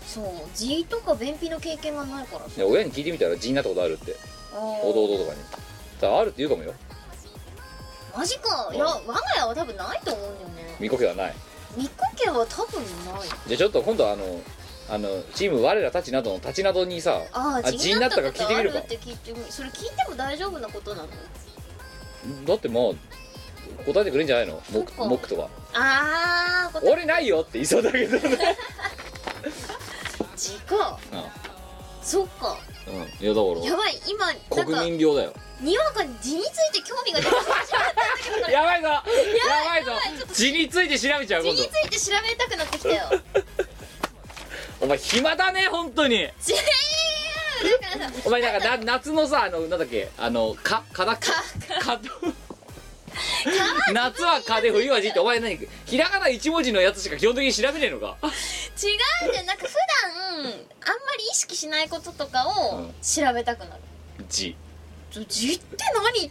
S2: そう痔とか便秘の経験がないから
S1: で親に聞いてみたら痔になったことあるって
S2: あー
S1: 弟とかにだからあるって言うかもよ
S2: マジかいや我が家は多分ないと思うんだよね
S1: 見こけはない
S2: 三日家は多分ない
S1: じゃあちょっと今度あのあのチーム我らたちなどのたちなどにさ
S2: ああ
S1: 痔になったか聞いてみる
S2: あ
S1: か
S2: るって聞いてみそれ聞いても大丈夫なことなの
S1: だってもう答えてくれんじゃないの
S2: そっ
S1: モ
S2: か
S1: ックとか
S2: ああ
S1: 「
S2: こと
S1: 俺ないよ」って言いそうだけど ね
S2: 痔かそっか
S1: うん、うん、いやだ
S2: やばい今なん
S1: から
S2: か
S1: 国民病だよ
S2: にわかに痔について興味が出てきてし まったんだけどこれ
S1: やばいぞやばいぞ
S2: やばいちょっと
S1: 痔について調べちゃう
S2: 痔
S1: 今
S2: につ
S1: 度
S2: いて調べたくなってきたよ
S1: お前暇だね本当に
S2: 違うだからさ
S1: お前なんかな夏のさあのなんだっけあの蚊蚊だっけ蚊と夏は蚊で冬はじってお前何ひらがな一文字のやつしか基本的に調べねえのか
S2: 違うんだよなんか普段あんまり意識しないこととかを
S1: うん
S2: 調べたくなる
S1: 痔
S2: ちょ痔って何っ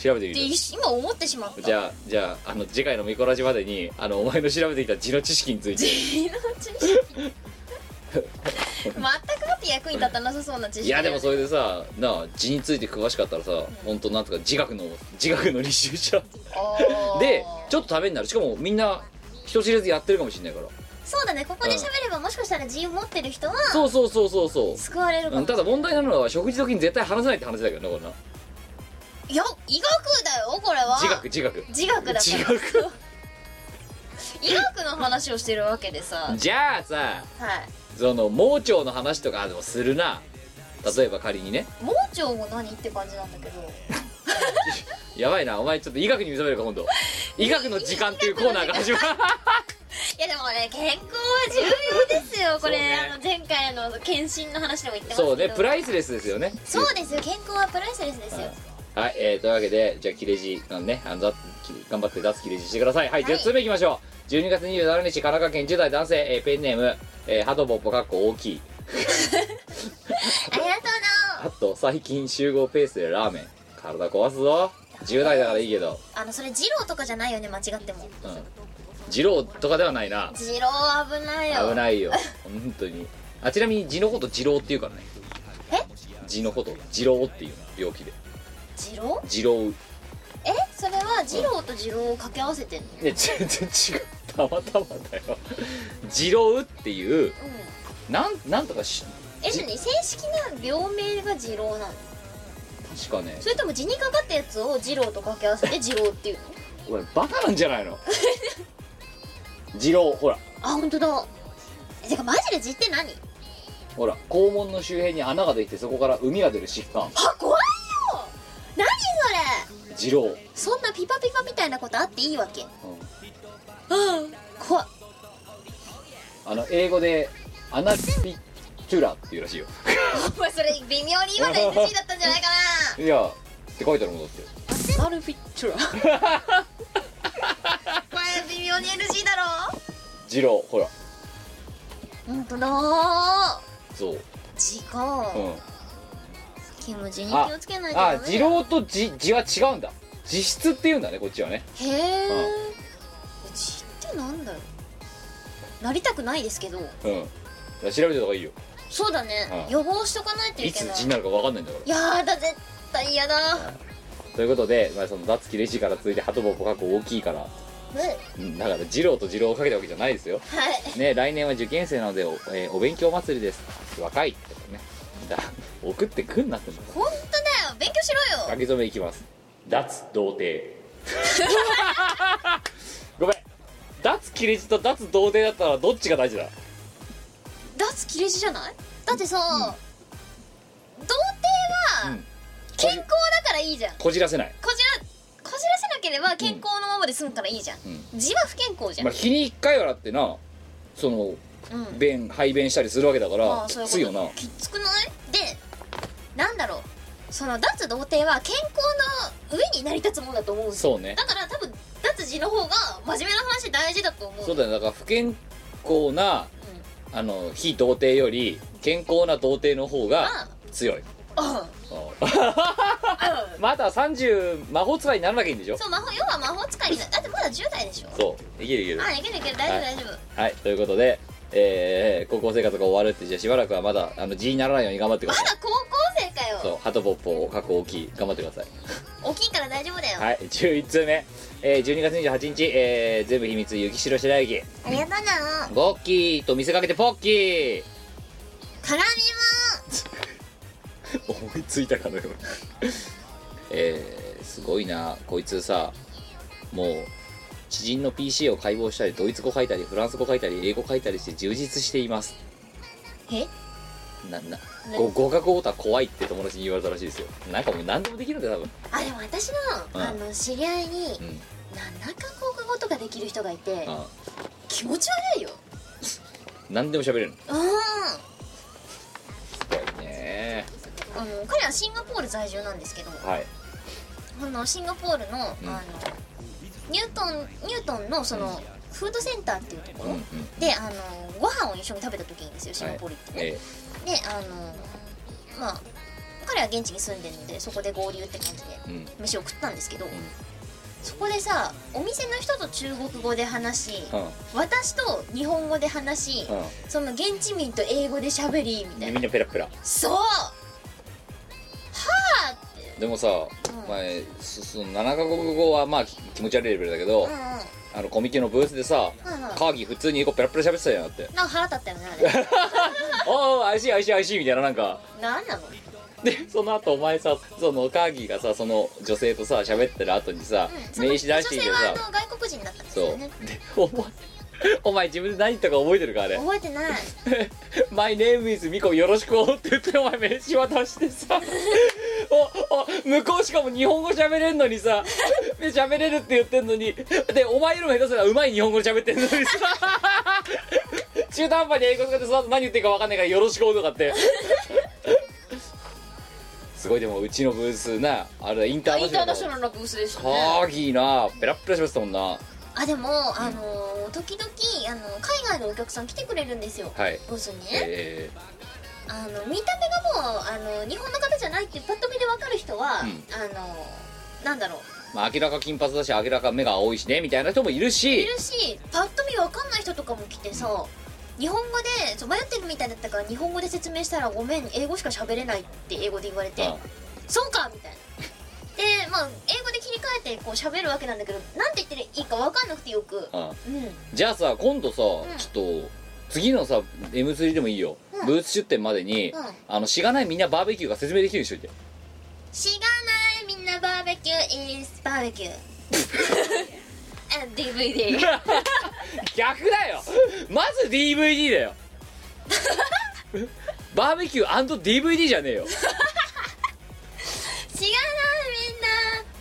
S1: 調べてみ
S2: て
S1: る
S2: 一瞬今思ってしまった
S1: じゃあじゃああの次回のミコラジまでにあのお前の調べてきた痔の知識について
S2: 痔の知識 全くもって役に立たなさそうな知
S1: い
S2: 識
S1: やでもそれでさなあ字について詳しかったらさ、本当なんとか自学の自学の履修者でち
S2: ょ
S1: ょっとためになるしかもみんな人知れずやってるかもしれないから
S2: そうだねここで喋ればもしかしたら痔を持ってる人は
S1: そうそうそうそうそう
S2: 救われるか
S1: うん
S2: も
S1: ただ問題なのは食事時に絶対話さないって話だけどなこんない
S2: や医学だよこれは
S1: 自学自学
S2: 自学だから
S1: 自 学
S2: 医学の話をしてるわけでさ
S1: じゃあさ
S2: はい
S1: その盲腸の話とかでもするな例えば仮にね
S2: 盲腸も何って感じなんだけど
S1: やばいなお前ちょっと医学に目覚めるか今度医学の時間っていうコーナーが始ま る
S2: いやでもね健康は重要ですよこ
S1: そう
S2: れ、
S1: ね
S2: あの前回の検診の話でも言ってますけど
S1: そうねプライスレスですよね
S2: そうですよ健康はプライスレスですよ、
S1: はい、えー、というわけで、じゃあ、切れ字、あのね、あの、だ頑張って脱切れ字してください。はい、
S2: はい
S1: 10通目いきましょう。12月27日、神奈川県10代男性、えーペンネーム、えー、ハトボッポかっこ大きい。
S2: ありがとう
S1: あと、最近集合ペースでラーメン。体壊すぞ。10代だからいいけど。
S2: なあのそれ二郎とかじゃないよね間違っても
S1: うん。二郎とかではないな。
S2: 二郎危ないよ
S1: 危ないよ。本当に。あ、ちなみに、字のこと二郎っていうからね。え字のこと、二郎っていうの、病気で。
S2: 二郎
S1: 二郎。
S2: えそれは二郎と二郎を掛け合わせてんの
S1: いや、全然違う。たまたまだよ。二郎っていう、
S2: うん
S1: なん、なんとかし、
S2: えじゃあね正式な病名が二郎なの
S1: 確かね
S2: それとも字にかかったやつを二郎と掛け合わせて二郎っていうの
S1: お前バカなんじゃ ないの二郎ほら
S2: あ本当だえてかマジで字って何
S1: ほら肛門の周辺に穴ができてそこから海が出る疾患
S2: あ怖いよ何それ
S1: 二郎、うん、
S2: そんなピパピパみたいなことあっていいわけうん怖っ
S1: あの英語でアナピチュラっていうらしいよ
S2: お前それ微妙に今の NG だったんじゃないか
S1: いやって書いてあるもんだって
S2: なアルフィッチュラこれ微妙に NG だ
S1: 二郎ほら
S2: ろほんとだー
S1: そう
S2: 時間
S1: うん
S2: キムジに
S1: あ
S2: 気をつけないとダメ
S1: あ
S2: だ
S1: 二
S2: よ
S1: 郎とじ字は違うんだ実質っていうんだねこっちはね
S2: へえ字ってなんだよなりたくないですけど
S1: うんだから調べてた方がいいよ
S2: そうだね
S1: うん
S2: 予防しとかないとい
S1: い
S2: け
S1: つ
S2: ない
S1: 字になるか分かんないんだから
S2: やだ絶対嫌だ
S1: ということで、まあ、その脱キレジから続いてハトボコ過去大きいから、
S2: うんはい
S1: うん、だから二郎と二郎をかけたわけじゃないですよね、来年は受験生なのでお,、えーお勉強祭りです若いとかねだ送ってくんなってんだ
S2: 本当だよ
S3: よ勉強しろ
S1: 書
S3: よ
S1: き初めいきます脱童 貞ごめん脱切れ字と脱童貞だったらどっちが大事だ
S2: 脱切れ字じゃない
S3: だってさ、童貞は
S1: うん
S3: 健康だからいいじゃんこ
S1: こじらせない、
S3: じらこじらせなければ健康のままで済むからいいじゃん、
S1: うん
S3: 字は不健康じゃん、
S1: まあ、日に一回はだってなその
S3: うん
S1: 便排便したりするわけだから
S3: ああ
S1: き
S3: そういう
S1: つい
S3: こ
S1: よな
S3: ときつくないでなんだろうその脱童貞は健康の上に成り立つものだと思うんですよ
S1: そうね
S3: だから多分脱字の方が真面目な話大事だと思う
S1: そうだよだから不健康なあの非童貞より健康な童貞の方が強い
S3: うんうん
S1: あ まだ30魔法使いにならなきゃいいんでしょ
S3: そう魔法要は魔法使いになるだってまだ10代でしょ
S1: そういけるいける
S3: あいけるいける大丈夫大丈夫
S1: はいということで、えー高校生活が終わるってじゃあしばらくはまだあの G にならないように頑張ってく
S3: ま
S1: ださい
S3: だ高校生か
S1: そ
S3: よ
S1: うハトポッポを過去大きい頑張ってください
S3: 大きいから大丈夫だよ、
S1: はい11通目、えー12月28日、えー全部秘密雪城白雪
S3: ありがとうな
S1: ゴッキーと見せかけてポッキー
S3: 絡みも
S1: 思いついたかのように えー、すごいなこいつさもう知人の PC を解剖したりドイツ語書いたりフランス語書いたり英語書いたりして充実しています
S3: え
S1: ななご合格オータ怖いって友達に言われたらしいですよなんかもう何でもできるんだよ多分
S2: あでも私の,、
S1: うん
S2: あの知り合いに
S1: うん
S2: 何らか国語とかできる人がいて
S1: あ
S2: 気持ち悪いよ
S1: 何でも喋れるのす
S3: う
S1: ごいね
S3: んあの彼はシンガポール在住なんですけど
S1: はい
S3: あのシンガポールの,、
S1: うん
S3: あのニュートンニュートンのその、フードセンターっていうとこ
S1: うん
S3: ろ、
S1: うん
S3: であのご飯を一緒に食べた時にですよシンガポール行ってね、
S1: え
S3: であのまあ彼は現地に住んでるのでそこで合流って感じで
S1: えうん
S3: 飯を食ったんですけど、そこでさお店の人と中国語で話し、
S1: うん
S3: 私と日本語で話し、
S1: うん
S3: その現地民と英語で喋りみた
S1: で
S3: い
S1: み
S3: なん
S1: なペラペラ
S3: そうはあって
S1: でもさ、
S3: ん
S1: お前そその7カ国語はまあき気持ち悪いレベルだけど、
S3: うんうん
S1: あのコミケのブースでさ、
S3: うんうん
S1: カーギー普通に英語ペラペラ喋ってたじゃんだって
S3: なんか腹立ったよねあれ
S1: おーおいしいおいしいおいしいみたいななんか
S3: なんなの
S1: でその後お前さそのカーギーがさその女性とさ喋ってる後にさ、
S3: そ
S1: 名
S3: の
S1: 刺出してきて
S3: 女性は
S1: さ
S3: あの外国人だったんです
S1: そ
S3: よ
S1: う
S3: ね
S1: でお前お前自分で何言ったか覚えてるかあれ
S3: 覚え てない
S1: 「マイネームイズミコよろしくお」って言ってお前名刺渡してさ おお向こうしかも日本語喋れんのにさ で喋れるって言ってんのにでお前よりも下手すらうまい日本語で喋ってんのにさ 中途半端に英語使ってその後何言ってるか分かんないからよろしくおとかって すごいでもうちのブースなあれインター
S2: イ
S1: ナ
S2: ン
S1: シ
S2: タ
S1: ョナ
S2: ーナ
S1: ル
S2: ショナルなブースでした
S1: カ
S2: ね
S1: ーギーなペラッペラ喋ってたもんなは
S3: あでもあのー時々あの海外のお客さん来てくれるんですよ
S1: い
S3: ブースにね
S1: え
S3: あの見た目がもうあの日本の方じゃないってパッと見で分かる人は、
S1: うん
S3: あのーなんだろう
S1: ーまあ、明らか金髪だし明らか目が青いしねみたいな人もいるし
S3: いるしパッと見分かんない人とかも来てさ日本語でそう迷ってるみたいだったから日本語で説明したら「ごめん英語しか喋れない」って英語で言われて
S1: うん
S3: 「そうか」みたいな。でまあ英語で切り替えてこう喋るわけなんだけどなんて言っていいか分かんなくてよく
S1: うん
S3: うん
S1: じゃあさ今度さ、
S3: ん
S1: ちょっと次のさ M3 でもいいよ、
S3: うん
S1: ブーツ出店までに、
S3: うん
S1: あのしがないみんなバーベキューが説明できるようにしといて
S3: しがないみんなバーベキュー is バーベキュー あ DVD
S1: 逆だよまず DVD だよバーベキュー &DVD じゃねえよ
S3: しがないみんな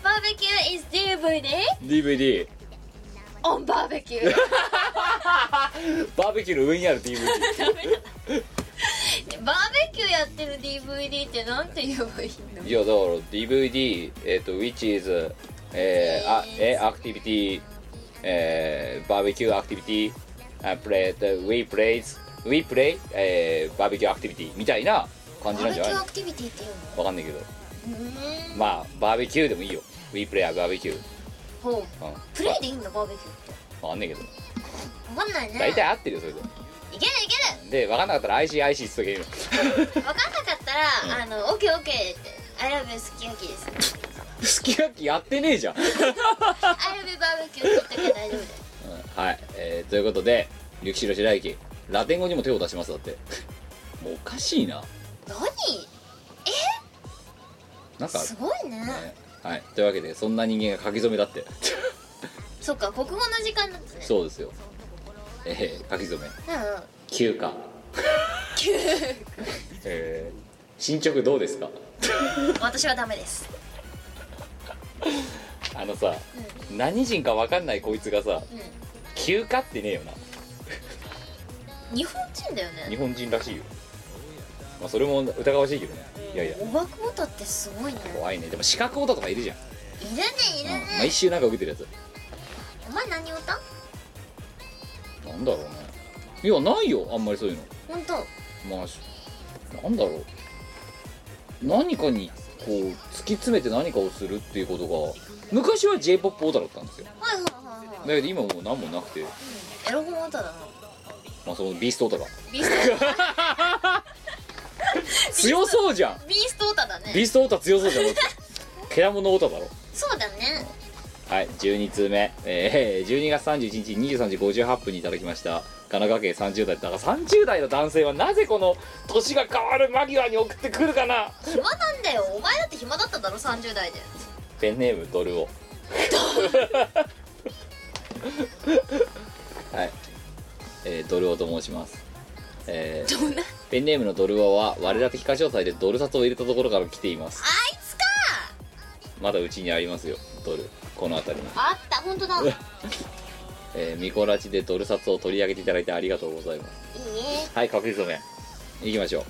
S3: バーベキュー is DVD
S1: DVD
S3: on バーベキュー
S1: バーベキューの上にある DVD
S3: バーベキューやってる DVD ってなんて言えばいいの
S1: いやだから DVD えっ、と which is えー、あえアクティビティえー、バーベキューアクティビティあプレイ we plays we play えー、バーベキューアクティビティみたいな感じ
S3: バ
S1: なんじ
S3: ーベキ
S1: ゃない
S3: ュー
S1: の
S3: アクティビティっていうの
S1: わかんないけど
S3: うーん
S1: まあバーベキューでもいいよ we play a バーベキュー
S3: ほう
S1: うん
S3: プレイでいいんだバーベキューって
S1: わかんないけど
S3: わかんないね
S1: 大体
S3: い
S1: 合ってるよそれで
S3: けるいけ
S1: でわかんなかったら ICIC っつっとけよ
S3: るわかんなかったら、あのオッケーオッケーって I love you 好き焼きです
S1: すき焼きやってねえじゃん
S3: I love you バーベキューって言っとけば大丈夫だよ
S1: うんはい、えーということで雪代白雪ラテン語にも手を出し ますだってもうおかしいな
S3: 何え
S1: なんかある
S3: すごいね
S1: ねはい、というわけでそんな人間が書き初めだって
S3: そっか国語の時間だったね
S1: そうですよえー、書き初め
S3: うんうん
S1: 休暇 えー進捗どうですか
S3: 私はダメです
S1: あのさ、何人か分かんないこいつがさ、
S3: ん
S1: 休暇ってねえよな
S3: 日本人だよね
S1: 日本人らしいよまあそれも疑わしいけどねいやいや
S3: おばくもたってすごいね
S1: 怖いねでも資格オタとかいるじゃん、
S3: いるねいる
S1: うん
S3: ね
S1: 毎週なんか受けてるや
S3: お前何歌
S1: つなんだろうねいやないよあんまりそういうの
S3: 本当
S1: まあしなんだろう何かにこう突き詰めて何かをするっていうことが昔は j p o p オタだったんですよ
S3: はいはいはい
S1: だ
S3: は
S1: け
S3: い
S1: ど今もう何もなくて、
S3: エロ本歌だな
S1: まあ、そのビーストオタが
S3: ビースト
S1: 強そうじゃん
S3: ビースト歌だね
S1: ビーストオタ強 そうじゃんだって獣オタだろ
S3: そうだね
S1: はい12通目、えー、12月31日23時58分にいただきました神奈川県30代だから30代の男性はなぜこの年が変わる間際に送ってくるかな
S3: 暇なんだよお前だって暇だっただろ30代で
S1: ペンネームドル オはい、えードルオと申しますえー
S3: どんな
S1: ペンネームのドルオは我ら的歌唱祭でドル札を入れたところから来ています
S3: あいつか
S1: まだうちにありますよドルこの辺りに、
S2: あった本当だ
S1: えーミコラチでドル札を取り上げていただいてありがとうございます
S3: いいえ
S1: はい、確実め。行きましょう。
S3: うん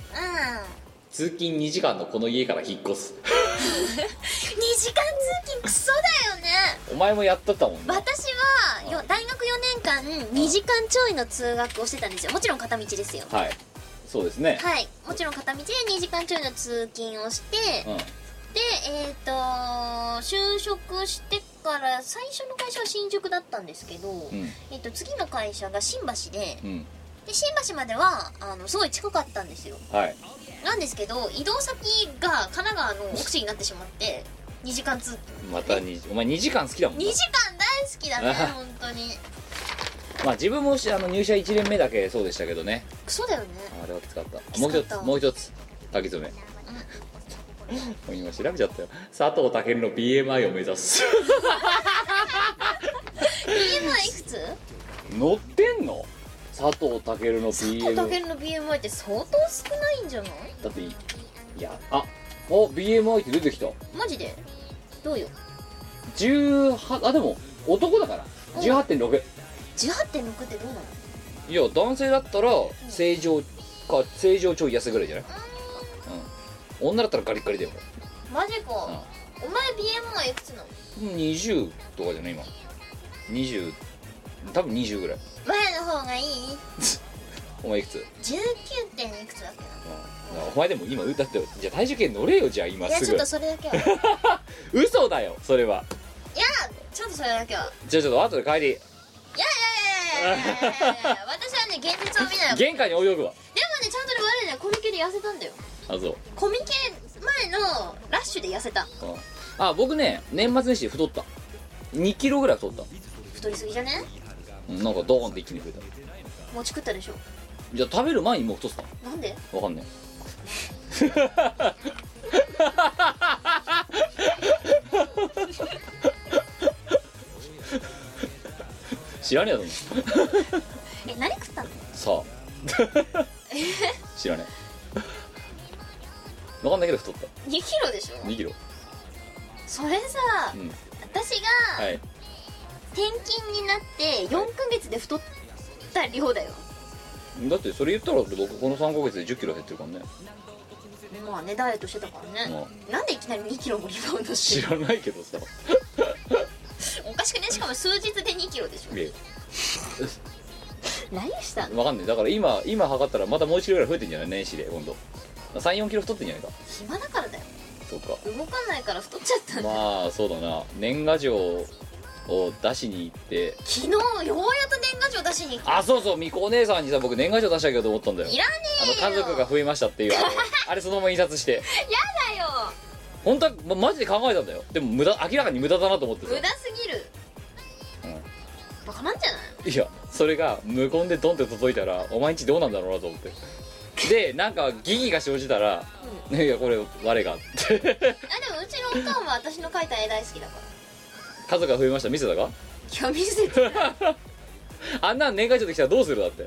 S1: 通勤2時間のこの家から引っ越す。
S3: 2時間通勤クソだよね
S1: お前もやったったもんね。
S3: 私はよ大学4年間2時間ちょいの通学をしてたんですよもちろん片道ですよ
S1: はい。そうですね。
S3: はいもちろん片道で2時間ちょいの通勤をして
S1: うん。
S3: でえっ、と就職してから最初の会社は新宿だったんですけど、
S1: うん。
S3: えっと次の会社が新橋で
S1: うん。
S3: で新橋まではあのすごい近かったんですよ
S1: はい。
S3: なんですけど移動先が神奈川の奥地になってしまって2時間通勤
S1: また2時、お前2時間好きだもん
S3: 2
S1: な
S3: 時間大好きだね 本当に
S1: まあ自分もしあの入社1年目だけそうでしたけどね。
S3: クソだよね
S1: あれはきつかった。
S3: きつ
S1: もう
S3: か
S1: 一
S3: っ
S1: つ
S3: た、
S1: もう一つ。書き初め。もう今調べちゃったよ。佐藤健の BMI を目指す。
S3: BMI いくつ
S1: 乗ってんの佐藤健の
S3: 佐
S1: BMI。
S3: 藤健の BMI って相当少ないんじゃない
S1: だっていい。いや、あ、お、BMI って出てきた。
S3: マジでどうよ
S1: 18あでも男だから18.6
S3: 18.6ってどうなの
S1: いや男性だったら正常か正常ちょい痩せぐらいじゃない、うん、女だったらガリッガリだよ、
S3: マジか、
S1: うん
S3: お前 BMI いくつなの
S1: 20とかじゃない今20多分20ぐらい
S3: 前の方がいい
S1: お前いくつ、うん、
S3: 19. 点いくつだっけな
S1: お前でも今だってじゃあ体重計乗れよじゃあ今
S3: いや
S1: す
S3: ちょっ
S1: ぐ
S3: とそれだ けはいや
S1: 嘘だよそれは
S3: ちょっとそれだけは
S1: じゃあちょっと後で帰り
S3: いやいやいやいやいやいや私はね現実を見ないでもね
S1: 玄関に泳ぐわ
S3: ちゃんとね我ねコミケで痩せたんだよ
S1: あそう、
S3: コミケ前のラッシュで痩せた
S1: うんあ僕ね年末年始で太った2キロぐらい太った、
S3: 太りすぎじゃね
S1: うん、なんかドーンって一気に増えた
S3: 餅食ったでしょ
S1: じゃあ食べる前にもう太ってたの
S3: なんで
S1: わかんない 知らねえだろ
S3: え何食ったの
S1: さあ知らねえわかんないけど太っ
S3: 2キロでしょ
S1: た2キロ
S3: それさ
S1: うん
S3: 私
S1: は
S3: が
S1: い
S3: 転勤になって4ヶ月で太った量だよ
S1: だってそれ言ったら僕この3ヶ月で1 0キロ減ってるからね
S3: まあねダイエットしてたからねなんでいきなり2キロもリバウンドして
S1: 知
S3: る
S1: らないけどさ
S3: おかしくねしかも数日で2キロでしょ
S1: いや
S3: 何したの
S1: わかんないだから今今測ったらまたもう1キロぐらい増えてんじゃない年始で今度34キロ太ってんじゃないか
S3: 暇だからだよ
S1: そっか
S3: 動かないから太っちゃったんだ、
S1: まあそうだな年賀状を出しに行って
S3: 昨日ようやっと年賀状出しに行っ
S1: あそうそうみこお姉さんにさ僕年賀状出したけどと思ったんだよ
S3: いらねえよ
S1: あの家族が増えましたっていうあのあれそのまま印刷して
S3: たよ
S1: 本当は、ま、マジで考えたんだよでも無駄明らかに無駄だなと思ってさ
S3: 無駄すぎる、バカなんじゃない
S1: いやそれが無言でドンって届いたらお前んちどうなんだろうなと思ってでなんかギギが生じたら「いやこれ我が」
S3: あでもうちのおかんは私の描いた絵大好きだから
S1: 数が増えました見せたか
S3: いや見せて
S1: あんなん年賀状できたらどうするだって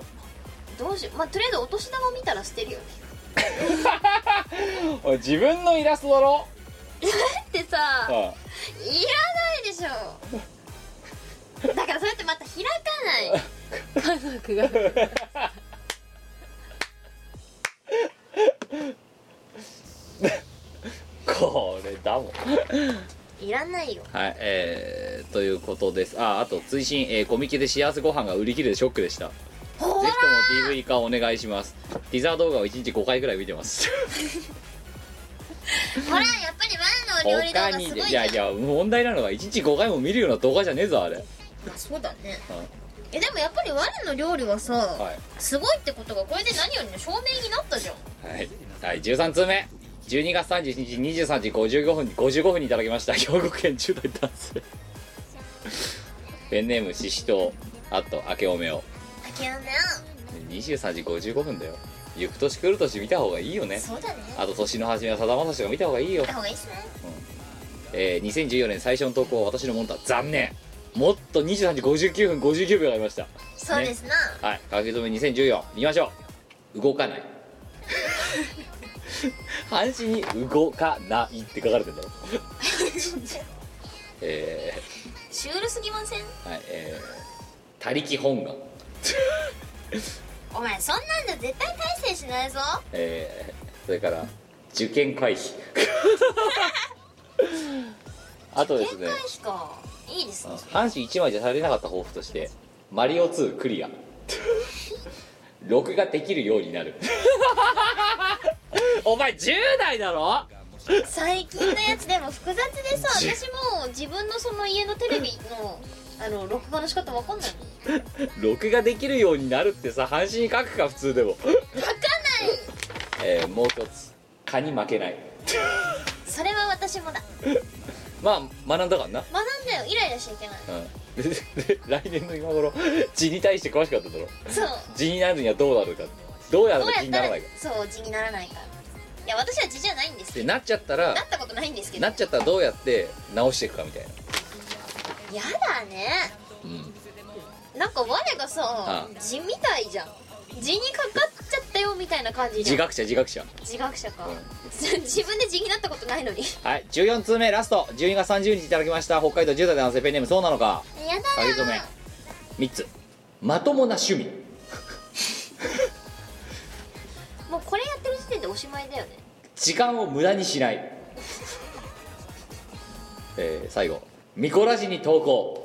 S3: どうしようまあとりあえずお年玉見たら捨てるよね
S1: おい自分のイラストだろ
S3: ってさいら
S1: あ
S3: ないでしょだからそれってまた開かない
S6: 家族が
S1: これだもん
S3: いらないよ
S1: はいえー、ということですああと追伸、えーコミケで幸せご飯が売り切れてショックでしたぜひとも DV 化お願いしますティザー動画を1日5回くらい見てます
S7: ほらやっぱりワンの料理動画
S1: 他
S7: すごい
S1: に
S7: じゃん
S1: いやいや問題なのが1日5回も見るような動画じゃねえぞあれ
S7: まあそうだね
S1: はい
S7: えでもやっぱりワンの料理はさ、
S1: はい
S7: すごいってことがこれで何よりの証明になったじゃん
S1: はい、はい、13通目12月31日23時55分に55分にいただきました兵庫県10代男性ペンネームししとうあと明けおめを
S7: 諦めよ
S1: 23時55分だよ行く年来る年見た方がいいよね
S7: そうだね
S1: あと年の初めはさだまさしが見た方がいいよ
S7: 見た、方がいいっすね
S1: えー2014年最初の投稿は私のものだ残念もっと23時59分59秒がありました
S7: そうですな、
S1: はい「書き初め2014」見ましょう動かない半紙に「動かない」って書かれてんだろ え
S3: シュールすぎません
S1: ー、はいえー「他力本願」
S7: お前そんなんじゃ絶対大成しないぞ
S1: えー、それから「受験回避」あとですね
S3: 回避かいいですね
S1: 半紙1枚じゃ足りなかった抱負として「マリオ2クリア」「録画できるようになる」お前10代だろ
S7: 最近のやつでも複雑でさ
S1: じ
S3: 私も自分のその家のテレビのあの録画の仕方わかんないもん
S1: 録画できるようになるってさ半紙に書くか普通でも 書かない、えーもう一つ蚊に負けない
S3: それは私もだ
S1: まあ学んだ からな、
S3: 学んだよイライラしちゃいけない
S1: うん、でで来年の今頃字に対して詳しかっただろ
S3: そう
S1: 字になるにはどうなるかどうやる
S3: どう
S1: と気
S3: やっ
S1: にな
S3: た
S1: ら
S3: ら
S1: ないか
S3: そう字にならないからいや私は字じゃないんです
S1: で
S3: よ
S1: なっちゃったら
S3: なったことないんですけど
S1: なっちゃったらどうやって直していくかみたいな
S3: やだね
S1: うん
S3: なんか我がさ
S1: あ
S3: 字みたいじゃん字にかかっちゃったよみたいな感じじ
S1: 自
S3: ゃん
S1: 学者自学者
S3: 自学者か、
S1: うん
S3: 自分で字になったことないのに
S1: はい14通目ラスト12月30日いただきました北海道10代男性ペンネームそうなのか
S7: やだ
S1: 書き留め3つまともな趣味
S3: もうこれやってる時点でおしまいだよね
S1: 時間を無駄にしない、えー最後ミコラジに投稿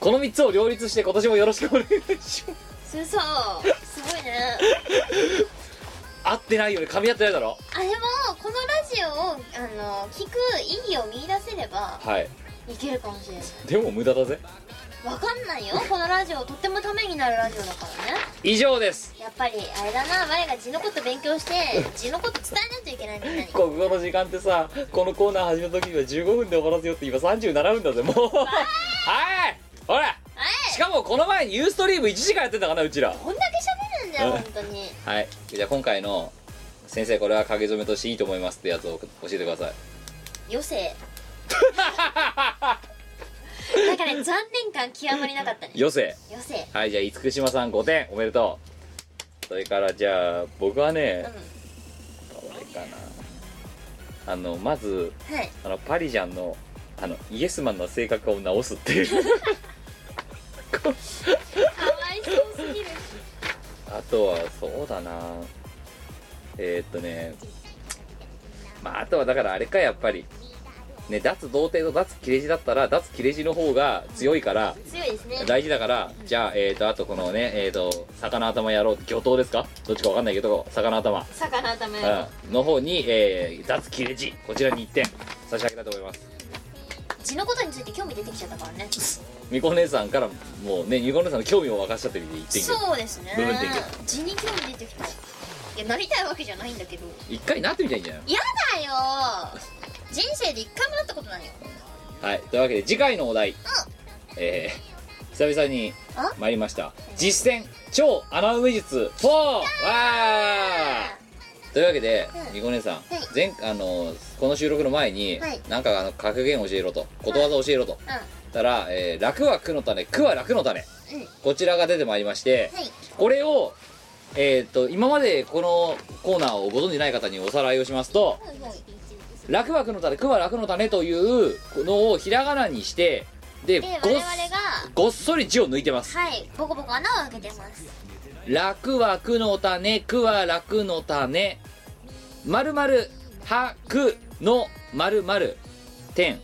S1: この3つを両立して今年もよろしくお願いします
S3: それさ すごいね
S1: 合ってないよね噛み合ってないだろ
S3: あでもこのラジオをあの聞く意義を見出せれば
S1: はい
S3: いけるかもしれない
S1: でも無駄だぜ
S3: わかんないよこのラジオとってもためになるラジオだからね
S1: 以上です
S3: やっぱりあれだな我が字のこと勉強して字のこと伝えないといけないみんなに
S1: 国語の時間ってさこのコーナー始めた時には15分で終わらせようって今37分だぜもうはいほらしかもこの前にユーストリーム1時間やってたかなうちら
S3: こんだけ喋るんだよ本当に
S1: はいじゃあ今回の「先生これは影染めとしていいと思います」ってやつを教えてください
S3: 余 生なんかね残念感極まりなかったね
S1: 余生
S3: 余生
S1: はいじゃあ厳島さん5点おめでとうそれからじゃあ僕はね、どれかなあのまず
S3: はい
S1: あのパリジャンのあのイエスマンの性格を直すっていうこ
S3: かわいそうすぎる
S1: あとはそうだなえー、っとねまああとはだからあれかやっぱりね脱童貞と脱切れ字だったら脱切れ字の方が強いから
S3: 強いですね
S1: 大事だからじゃあえー、とあとこのねえー、と魚頭やろう魚頭ですかどっちかわかんないけど魚頭
S3: 魚頭やろう
S1: うんの方に、えー、脱切れ字こちらに1点差し上げたいと思います
S3: 字のことについて興味出てきちゃったからね
S1: みこ姉さんからもうねみこ姉さんの興味を沸かしちゃってみて1点
S3: そうですね
S1: 部分的
S3: 字に興味出てきたいやなりたいわけじゃないんだけど
S1: 一回なってみたいんじゃない
S3: やだよ人生で一回もなったことないよ
S1: はいというわけで次回のお題、えー、久々に参りました実践超穴埋め術4わーというわけで
S3: うん
S1: みこねさん、
S3: い
S1: 前あのこの収録の前に、
S3: はい
S1: なんかあの格言教えろとことわざ教えろと、たら、えー楽は苦の種苦は楽の種、
S3: うん
S1: こちらが出てまいりまして、
S3: はい
S1: これをえっと今までこのコーナーをご存じない方におさらいをしますと
S3: はいはい
S1: 「楽は苦の種苦は楽の種」というのをひらがなにしてで
S3: で
S1: ごっ
S3: 我々が
S1: ごっそり字を抜いてます
S3: はいボコボコ穴を開けてます
S1: 「楽は苦の種苦は楽の種」「まるまるはくのまるまる点」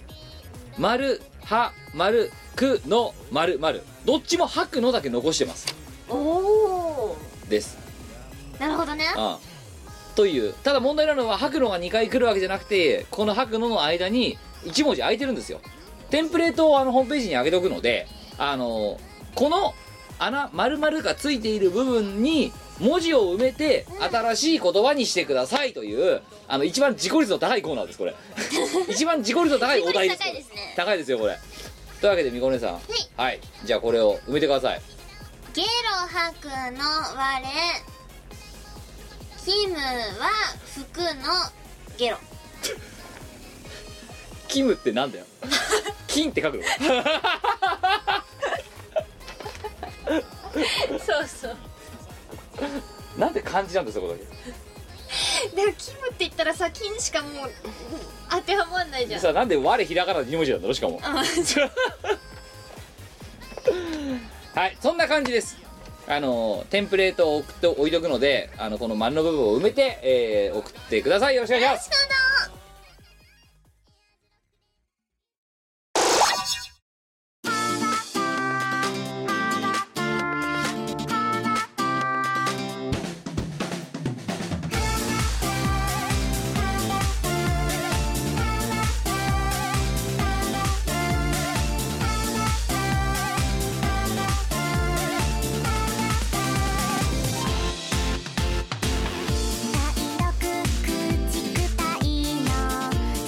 S1: 「まるはまるくのまるまる」どっちも「はくの」だけ残してます
S3: おお
S1: です
S3: なるほどね
S1: ああというただ問題なのは白のが2回来るわけじゃなくてこの白のの間に1文字空いてるんですよテンプレートをあのホームページに上げておくのであのこの穴丸々がついている部分に文字を埋めて新しい言葉にしてくださいというあの一番自己率の高いコーナーです これ一番自己率の高いお題です
S3: 自己率高いですね、
S1: 高いですよこれというわけでみこねさんはいじゃあこれを埋めてください
S3: ゲロ吐くの我キムは服のゲロ
S1: キムってなんだ よ金って書くの
S2: そうそう
S1: なんで漢字なんですよこれだけ
S2: でもキムって言ったらさ金しかもう当てはまんないじゃん
S1: さあなんで我ひらがな2文字なんだろうしかもはいそんな感じですあのテンプレートを送って置いとくのであのこの丸の部分を埋めて、えー送ってくださいよろしくお願いします
S8: 茶色くくちくたいの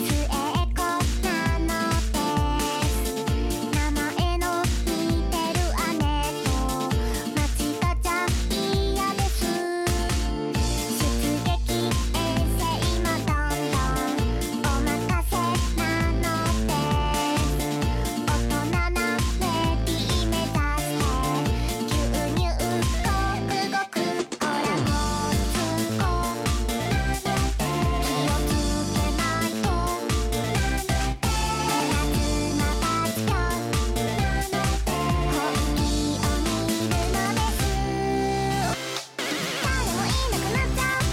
S8: 末っ子なのです名前の似てる姉と間違っちゃ嫌です出撃衛星もどんどんお任せなのです大人なレディー目指して牛乳ごくごくほらもう「気をつけないと」「なので」「気をつけないと」「なので」「またしよう」「なので」「本気を見るのです」「誰もいなくなっちゃ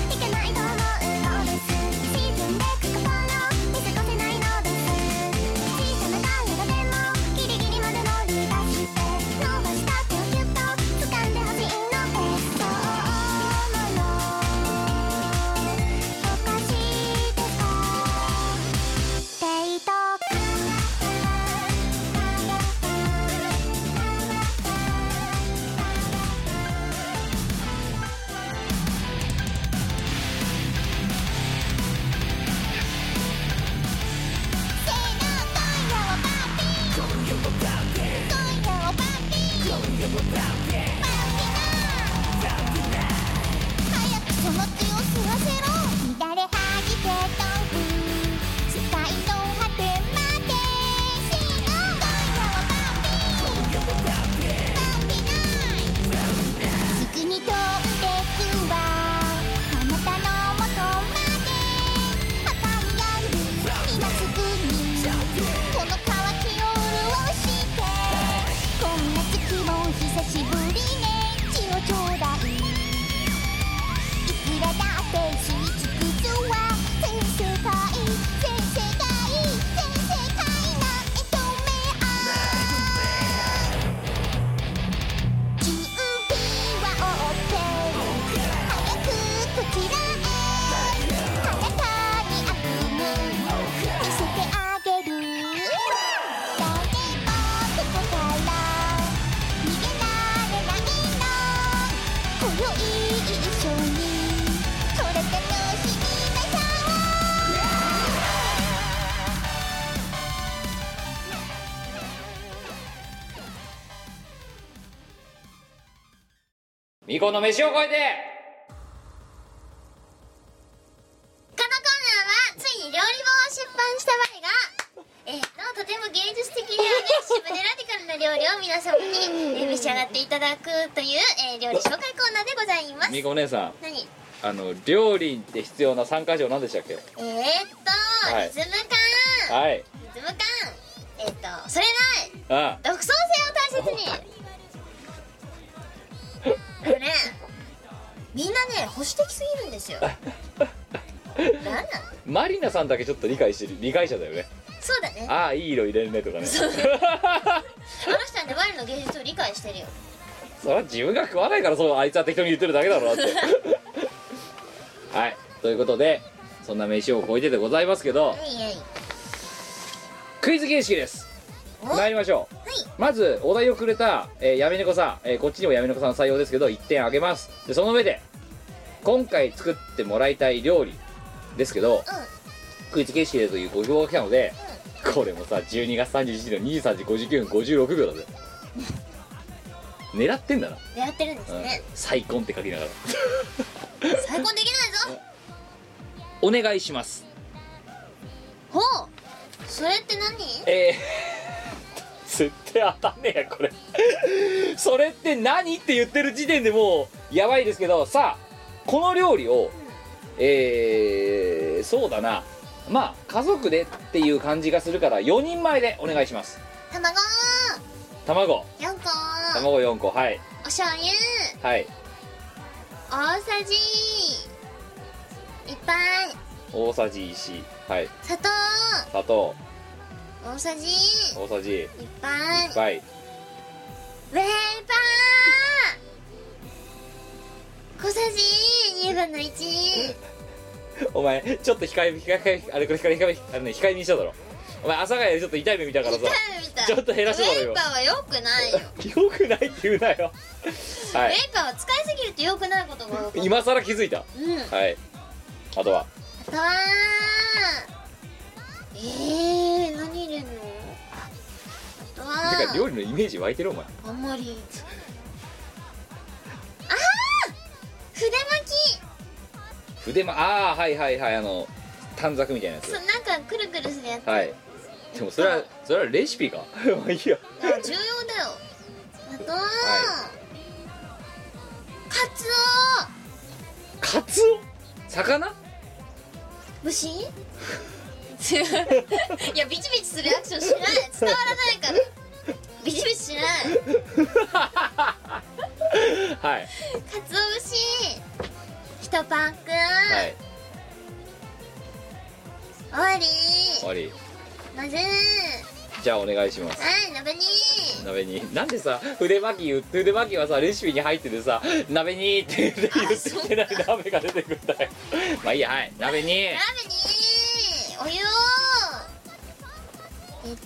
S8: いけないと思うのです」「沈んでく心見過ごせないのです」「小さな体でもギリギリまで乗り出して」「伸ばした手をぎゅっと掴んでほしいのです」「そうもの」「おかしいでしょ」「デートくせーの今夜はパーティー」「今夜はパーティー」「今夜はパーティー」「今夜はパーティー」「パーティーな」「早くその気を吸わせろ」「乱れはぎて豆腐」「スパイの果てまで」「せーの今夜はパーティー」「パーティーな」すぐに飛んでくわあなたの元まであかんがるみんなすぐにこの乾きを潤してこんな月も久しぶりね血をちょうだいいくらだって死に尽くすわ全世界全世界全世界なんて止め合う準備は OK 早くこちらへ裸に歩む見せてあげる誰もここから逃げられないの今宵一緒にそれで楽しみましょう
S1: みこの飯を超えて
S3: 料理を皆様にえー召し上がっていただくという、えー料理紹介コーナーでございます
S1: みこお姉さん
S3: 何
S1: あの料理で必要な3箇条何でしたっけ
S3: えー、っと、
S1: はい
S3: リズム感、
S1: はい
S3: リズム感えー、っとそれない
S1: あ
S3: 独創性を大切にあのねみんなね保守的すぎるんですよなんなん
S1: マリナさんだけちょっと理解してる理解者だよね
S3: そうだねあ
S1: ああいい色入れるねとかねそ
S3: の人はね我の芸術を理解してるよ
S1: れは自分が食わないからそうあいつは適当に言ってるだけだろうなってはいということでそんな飯を超えてでございますけど
S3: はいはい
S1: クイズ形式です
S3: お
S1: 参りましょう、まずお題をくれた、えー、やめ猫さん、えーこっちにもやめ猫さん採用ですけど1点あげますでその上で今回作ってもらいたい料理ですけど、クイズ形式でというご希望が来たので、これもさ12月31日の23時59分56秒だぜ狙ってんだな、
S3: やってるんです
S1: うん
S3: ね、
S1: 再婚って書きながら
S3: 再婚できないぞ
S1: お願いします
S3: ほうそれって何
S1: えー 絶対当たんねえやこれ それって何って言ってる時点でもうやばいですけどさあこの料理をえー、そうだなまあ家族でっていう感じがするから4人前でお願いします
S3: 卵
S1: 卵
S3: 4個
S1: 卵4個はい
S3: お醤油
S1: はい
S3: 大さじいっぱい
S1: 大さじ1はい
S3: 砂糖
S1: 砂糖
S3: 大さじ
S1: 大さじいっ
S3: いっぱい
S1: ぱい
S3: ウェイパー小さじ2分の1
S1: お前ちょっと控えめ控えめあれこれ控えめ控えめあのね控えめにしただろお前朝がちょっと痛い目見たからさ
S3: みたい
S1: ちょっと減らしてもらうよ
S3: ウェイパーはよくないよ、
S1: よくないって言うなよは
S3: ウ
S1: い
S3: ェイパーは使いすぎるとよくないことが多かった
S1: 今更気づいた
S3: うんあ
S1: はいあとは
S3: とはえー、何入れんのあと
S1: てか料
S3: は
S1: 理のイメージ湧いてるお前
S3: あんまりあー筆巻き
S1: 筆まああはいはいはいあの短冊みたいなや
S3: そ
S1: つ
S3: うなんかくるくるするやつ、
S1: はいでもそれはそれはレシピか まあいいや
S3: あ重要だよあとは、カツ
S1: カツオ魚
S3: オ虫い
S2: いやビチビチするアクションしない
S3: や伝わらないからビシビシしない
S1: はい
S3: カツオ節一パック、
S1: はい
S3: 終わり
S1: 終わり
S3: まずは
S1: じゃあお願いします
S3: い鍋に
S1: 鍋になんでさ筆巻き筆巻きはさレシピに入っててさ鍋にって言って言ってきてない鍋が出てくるんだよまあいいやはい鍋に
S3: 鍋にお湯をえっ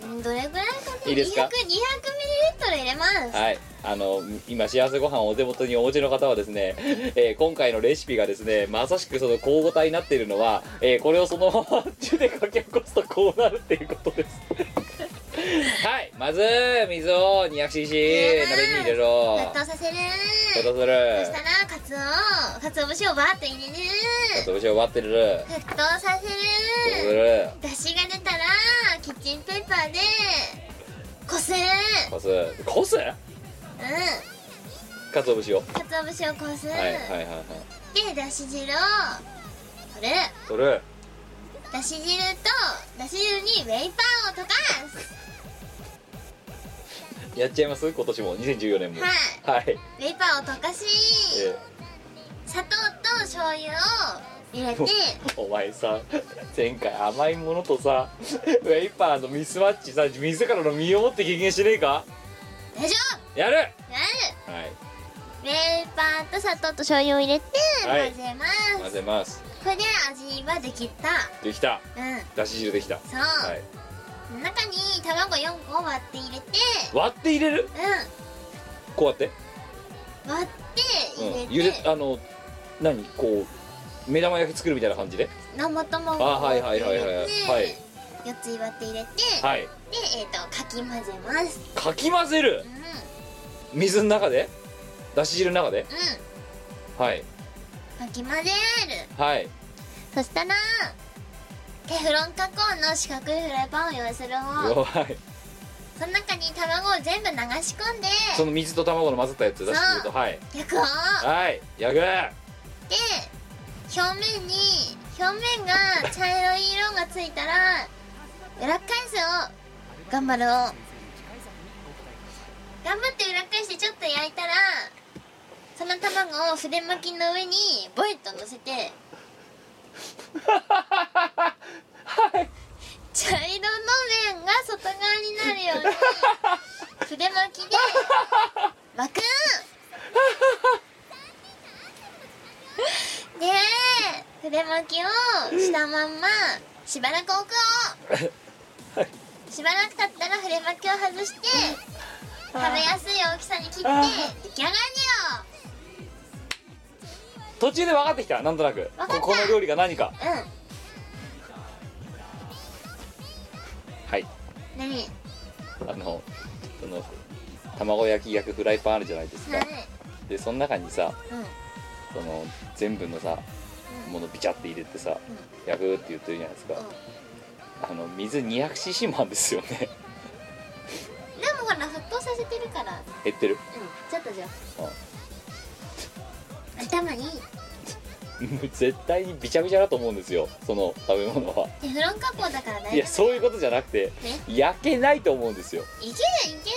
S3: とんどれぐらいかね
S1: いいですか
S3: 200 200ミリリットル入れます
S1: はい、あの今幸せご飯をお手元にお持ちの方はですね、えー今回のレシピがですねまさしくその交互体になっているのは、えーこれをそのまま手でかき起こすとこうなるっていうことですはいまず水を 200cc 鍋に入れろ
S3: 沸騰させる
S1: 沸騰す
S3: そした
S1: る
S3: らカツオカツオ節をバーッと入れる
S1: 潰しを割ってる
S3: 沸騰さ
S1: 潰
S3: せ
S1: す
S3: る
S1: る
S3: 出汁が出たらキッチンペーパーでこす
S1: こすこす
S3: う
S1: かつお節を
S3: んかつお節をこす、
S1: はいはいはいはい
S3: でだし汁を取る
S1: 取る
S3: だし汁とだし汁にウェイパーを溶かす
S1: やっちゃいます今年も2014年も、
S3: は
S1: は
S3: い
S1: い
S3: ウェイパーを溶かし
S1: え
S3: 砂糖と醤油を入れて
S1: お前さ前回甘いものとさウェイパーのミスマッチさ自らの身をもって経験しねえか
S3: 大丈
S1: やる
S3: 夫なる
S1: はい
S3: ウェイパーと砂糖と醤油を入れて
S1: はい
S3: 混ぜます、
S1: 混ぜます
S3: これで味はできた
S1: できた
S3: うん
S1: だし汁できた
S3: そう、
S1: はい
S3: 中に卵4個を割って入れて
S1: 割って入れる
S3: う
S1: こうやって
S3: ん割って
S1: う
S3: 入れ
S1: ん
S3: て、
S1: ゆであの何こう目玉焼き作るみたいな感じで
S3: 生卵
S1: あ
S3: を
S1: は
S3: 割
S1: い
S3: って
S1: はい
S3: 入
S1: はいはい
S3: れ
S1: はい
S3: て4つ割って入れて、
S1: はい
S3: でえっ、とかき混ぜます
S1: かき混ぜる
S3: うんうん
S1: 水の中でだし汁の中ではい
S3: かき混ぜる
S1: はい
S3: そしたらテフロン加工の四角いフライパンを用意する方
S1: 弱い
S3: その中に卵を全部流し込んで
S1: その水と卵の混ざったやつ出してみるとはい
S3: 焼くを
S1: はい焼く
S3: で表面に表面が茶色い色がついたら裏返すを頑張ろう頑張って裏返してちょっと焼いたらその卵を筆巻きの上にボイッと乗せてはい茶色の面が外側になるように筆巻きで巻くで筆巻きをしたまんましばらく置くをしばらく経ったら筆巻きを外して食べやすい大きさに切って出来上がるよ
S1: 途中で分かってきたなんとなく
S3: かった
S1: ここの料理が何か
S3: う
S1: はい
S3: ん何はい
S1: あのその卵焼き焼くフライパンあるじゃないですか、でその中にさ
S3: うん
S1: その全部のさものビチャって入れてさ、焼くって言ってるじゃないですか、あの水 200cc もあるんですよね
S3: でもほら沸騰させてるからうん
S1: 減ってる
S3: ちょっとじゃあ頭に
S1: もう絶対にビチャビチャだと思うんですよその食べ物は
S3: テフロン加工だから大丈夫
S1: いやそういうことじゃなくて焼けないと思うんですよ
S3: いけるいける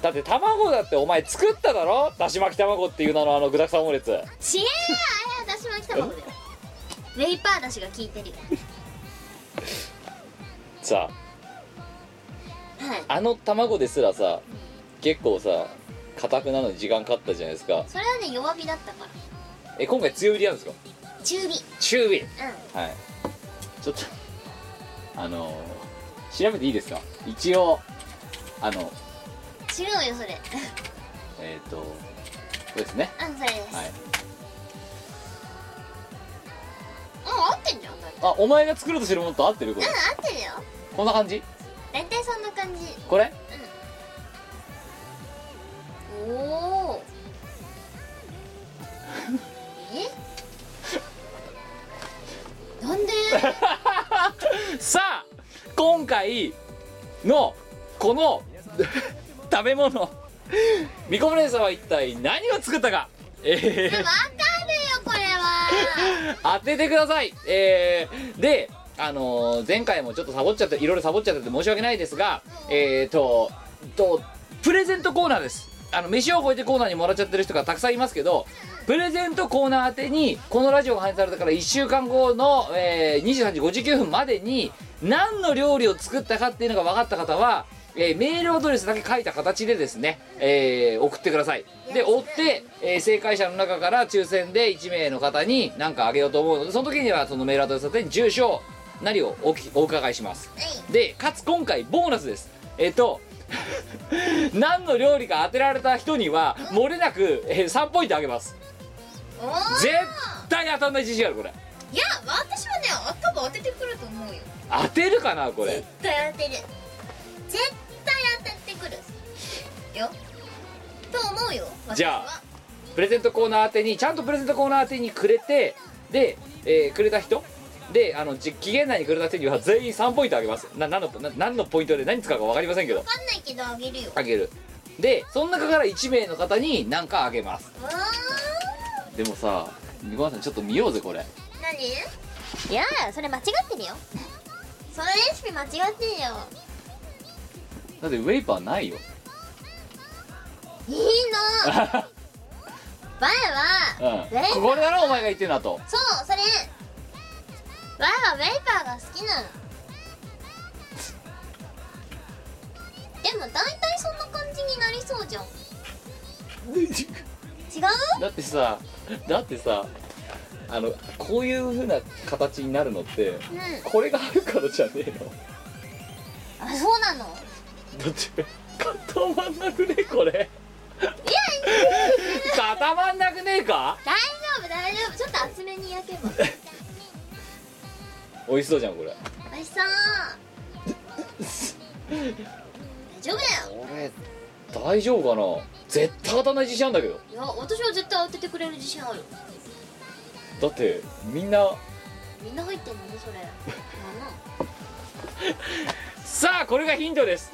S1: だって卵だってお前作っただろだし巻き卵っていう名のあの具だくさんオムレツ
S3: 違うあれはだし巻き卵だよウェイパーだしが効いてるよ
S1: さ
S3: はい
S1: あの卵ですらさ結構さ硬くなるのに時間かかったじゃないですか
S3: それはね弱火だったから
S1: え今回強火でやるんですか
S3: 中火うん
S1: 中火はいちょっとあのー調べていいですか一応あの
S3: 違うよそれ
S1: えっ、とこれですね
S3: うんそれです、
S1: はい
S3: うん合ってんじゃんだい
S1: あお前が作ろうとしてるものと合ってるこれ
S3: うん合ってるよ
S1: こんな感じ
S3: 大体そんな感じ
S1: これ
S3: おおえなんで
S1: さあ今回のこの 食べ物みこむねさんは一体何を作ったかえー
S3: わかるよこれ は
S1: 当ててくださいえーであのー前回もちょっとサボっちゃっていろいろサボっちゃってて申し訳ないですがえーととプレゼントコーナーですあの飯を超えてコーナーにもらっちゃってる人がたくさんいますけどプレゼントコーナー宛てにこのラジオが配信されたから1週間後の、えー23時59分までに何の料理を作ったかっていうのが分かった方は、えーメールアドレスだけ書いた形でですね、えー送ってくださいで追って、えー正解者の中から抽選で1名の方に何かあげようと思うのでその時にはそのメールアドレス宛てに住所なりをおきお伺いしますでかつ今回ボーナスですえっと 何の料理か当てられた人には漏れなく、えー3ポイントあげます
S3: おお
S1: 絶対当たんない自信あるこれ
S2: いや私はね頭当ててくると思うよ
S1: 当てるかなこれ
S3: 絶対当てる絶対当たってくるよと思うよ
S1: じゃあプレゼントコーナー宛てにちゃんとプレゼントコーナー宛てにくれてで、えーくれた人であのじ期限内にくれた人には全員3ポイントあげますな何のな何のポイントで何使うか分かりませんけど
S3: 分かんないけどあげるよ
S1: あげるでその中から1名の方に何かあげます
S3: うーん
S1: でもさみこさんちょっと見ようぜこれ
S3: 何いやーそれ間違ってるよそのレシピ間違ってるよ
S1: だってウェイパーないよ
S3: いいの前
S1: うん
S3: は、ウェイパー
S1: これだろお前が言ってんなと
S3: そうそれ前はウェイパーが好きなのでも大体そんな感じになりそうじゃん違う
S1: だってさだってさあのこういうふうな形になるのって
S3: うん
S1: これがあるからじゃねえの
S3: あそうなの
S1: だって固まんなくねえこれ固まんなくねえか
S3: 大丈夫大丈夫ちょっと厚めに焼けば
S1: 美味しそうじゃんこれ
S3: 美味しそう大丈夫だよ
S1: これ大丈夫かな絶対当たんない自信あんだけど
S2: いや私は絶対当ててくれる自信ある
S1: だってみんな
S2: みんな入ってんのねそれなんなん
S1: さあこれがヒントです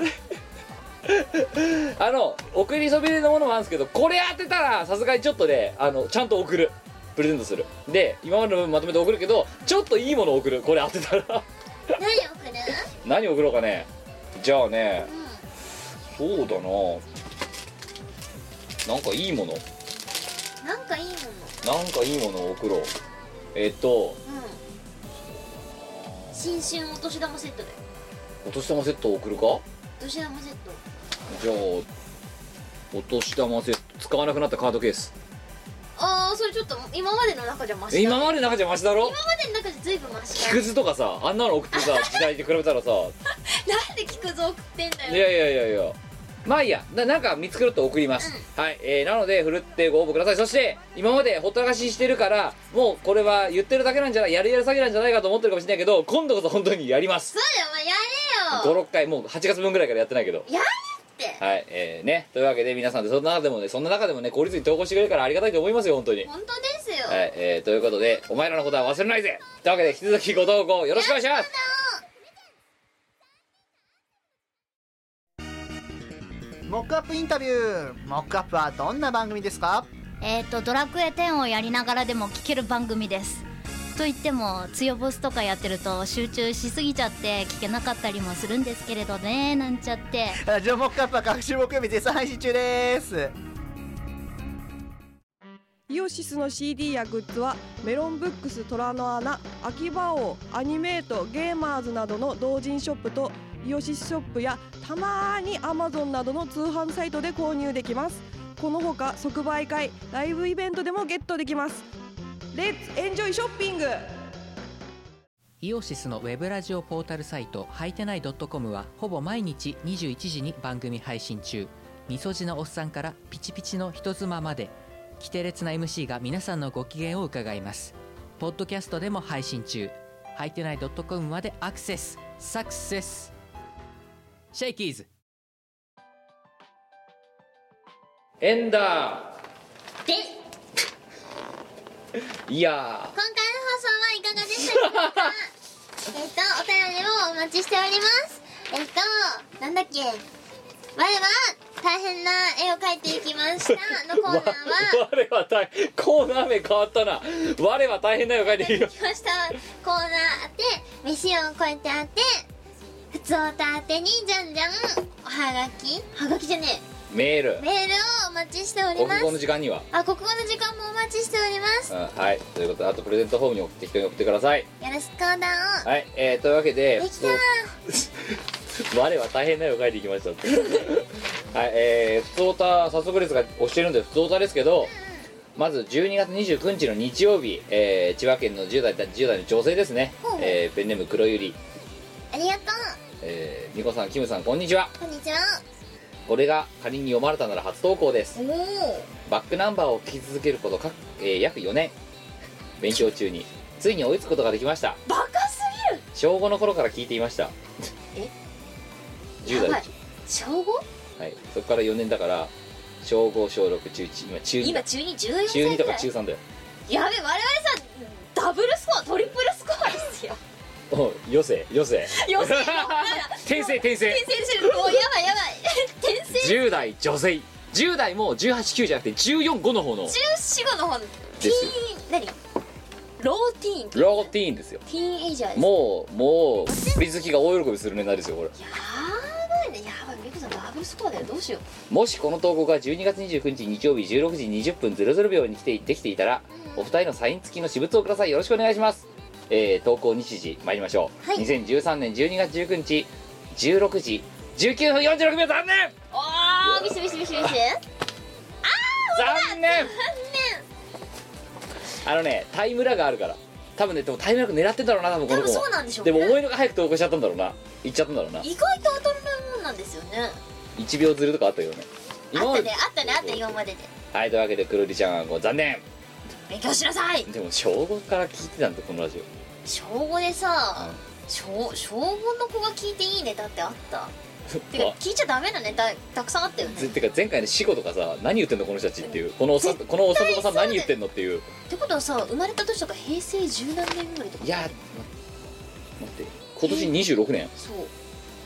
S1: あの送りそびれのものもあるんですけどこれ当てたらさすがにちょっとで、あのちゃんと送るプレゼントするで今までの分まとめて送るけどちょっといいものを送るこれ当てたら
S3: 何送る
S1: 何送ろうかねじゃあねそうだななんかいいもの
S2: なんかいいもの
S1: なんかいいものを送ろうえっと
S2: うん新春お年玉セットだよ
S1: お年玉セットを送るか
S2: お年玉セット
S1: じゃあお年玉セット使わなくなったカードケース
S2: ああそれちょっと今までの中じゃマシだ
S1: え今までの中じゃマシだろ
S2: 今までの中じゃ随分マシだ
S1: 木くずとかさあんなの送ってさ時代で比べたらさ
S2: なんで聞くぞ送ってんだ
S1: い
S2: よ
S1: やいやいやいやまあいいやななんか見つけると送ります、はい、えーなのでふるってご応募くださいそして今までほったらかししてるからもうこれは言ってるだけなんじゃないやるやる詐欺なんじゃないかと思ってるかもしれないけど今度こそ本当にやります
S2: そうだよお前やれよ
S1: 56回もう8月分ぐらいからやってないけど
S2: やれって
S1: はいえー、ねというわけで皆さんでそんな中でもねそんな中でもね効率に投稿してくれるからありがたいと思いますよ本当に
S2: 本当ですよ、
S1: はい、えー、ということで、お前らのことは忘れないぜというわけで、引き続きご投稿よろしくお願いします
S9: モックアップインタビューモックアップはどんな番組ですか
S10: えっ、とドラクエ10をやりながらでも聞ける番組です。と言っても強ボスとかやってると集中しすぎちゃって聞けなかったりもするんですけれどねなんちゃって
S9: ラジオモックアップは各種木曜日絶賛配信中です
S11: イオシスの CD やグッズはメロンブックス虎の穴秋葉王アニメートゲーマーズなどの同人ショップとイオシスショップやたまーに Amazon などの通販サイトで購入できますこのほか即売会ライブイベントでもゲットできますレッツエンジョイショッピング
S12: イオシスのウェブラジオポータルサイトはいてない .com はほぼ毎日21時に番組配信中みそじのおっさんからピチピチの人妻まで規定列な MC が皆さんのご機嫌を伺いますポッドキャストでも配信中はいてない .com までアクセスサクセスシェイキーズ
S1: エンダ
S3: で
S1: ーいや
S3: 今回の放送はいかがでしたでしょうかえっとお便りをお待ちしておりますえっとなんだっけ我は大変な絵を描いていきましたの
S1: ー
S3: コーナーは
S1: わ我は大コーナー名変わったな我は大変だよ書いていいよ
S3: きましたコーナー当て飯を超えて当て普通おた当てにじゃんじゃんおはがきはがきじゃね
S1: メール
S3: えメールをお待ちしており
S1: お
S3: ます
S1: 国語の時間には、
S3: あ国語の時間もお待ちしております
S1: うん、はいということであとプレゼントフォームに送って人に送ってください
S3: よろしくお願い
S1: はいえー、というわけで
S3: できた
S1: そう我は大変だよ書いていきましたって はいえー、普通オタ早速ですが押してるんで普通オタですけど、まず12月29日の日曜日、えー千葉県の10代10代の女性ですね
S3: ほう、
S1: えーペンネーム黒ゆり、
S3: ありがと
S1: えー、ニコさんキムさんこんにちは
S3: うこんにちは
S1: これが仮に読まれたなら初投稿です
S3: おお
S1: バックナンバーを聞き続けることか、えー約4年勉強中についに追いつくことができました
S2: バカすぎる
S1: 小5の頃から聞いていました
S2: え
S1: 10代
S2: やばい小 5?
S1: はい、そこから4年だから小5小6中1今中2
S2: 今中2 14歳
S1: 中2とか
S2: ぐらい
S1: 中3だよ
S2: やべ我々さダブルスコアトリプルスコアですよ
S1: おうよせよせ
S2: 予選の
S1: 転生転生
S2: 転生し てるもうやばいやばい転生
S1: 10代女性10代も189じゃなくて145の方の
S2: 中4 5の方のティ
S1: す
S2: ーン何ローティーンテ
S1: ローティーンですよ
S2: ィーンエイジャーです
S1: もうもう釣り好きが大喜びするネタですよこれ
S2: やばいねやばいミクさんダブルスコアだよどうしよう
S1: もしこの投稿が12月29日日曜日16時20分00秒に来てできていたらお二人のサイン付きの私物をくださいよろしくお願いします、えー、投稿日時参りましょう、
S3: はい
S1: 2013年12月19日16時19分46秒残念
S2: あーミスミスミスミス
S1: 残念あのねタイムラグあるから多分ねでもタイムラグ狙ってんだろうな多分こ
S2: 多
S1: の
S2: 分
S1: 子も
S2: そうなんでしょう
S1: で
S2: ね
S1: も思いのが早く投稿しちゃったんだろうな行っちゃったんだろうな
S2: 意外と当たらないもんなんですよね
S1: 1秒ずるとかあったよね
S2: あっ
S1: ま
S2: た
S1: で
S2: ねあったねあった今までで
S1: はいというわけでくるりちゃんはもう残念
S2: 勉強しなさい
S1: でも小5から聞いてたんだこのラジオ
S2: 小5でさ小小5の子が聞いていいネタってあったてか聞いちゃダメだねたたくさんあったよね
S1: ぜてか前回の死後とかさ何言ってんのこの人たちっていうこのおさこのお里さん何言ってんのっていう
S2: ってことはさ生まれた年とか平成十何年ぐらいとか
S1: いや待って今年26年
S2: そう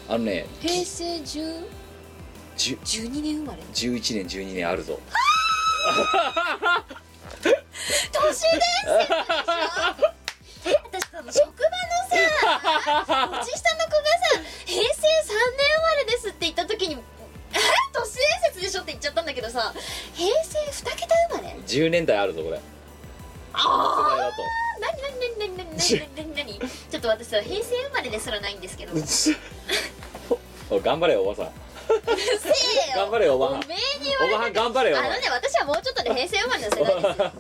S1: あのね
S2: 平成10
S1: 10
S2: 12年生まれ
S1: 11年12年あるぞ
S2: 年で私その職場のさ年下の子がさ「平成3年生まれです」って言った時に「え都市伝説でしょ」って言っちゃったんだけどさ平成2桁生まれ
S1: 10年代あるぞこれ世代
S2: ああ
S1: だと
S2: 何何何何何何何何ちょっと私さ平成生まれですらないんですけどせ
S1: お頑張れよおばさん
S2: えよ
S1: 頑張れよおば
S2: お
S1: はん
S2: めえに言
S1: おば
S2: わ
S1: は
S2: れ
S1: ん
S2: ても
S1: 頑張れよお
S2: あのね私はもうちょっとで平成生まれの世代ですよ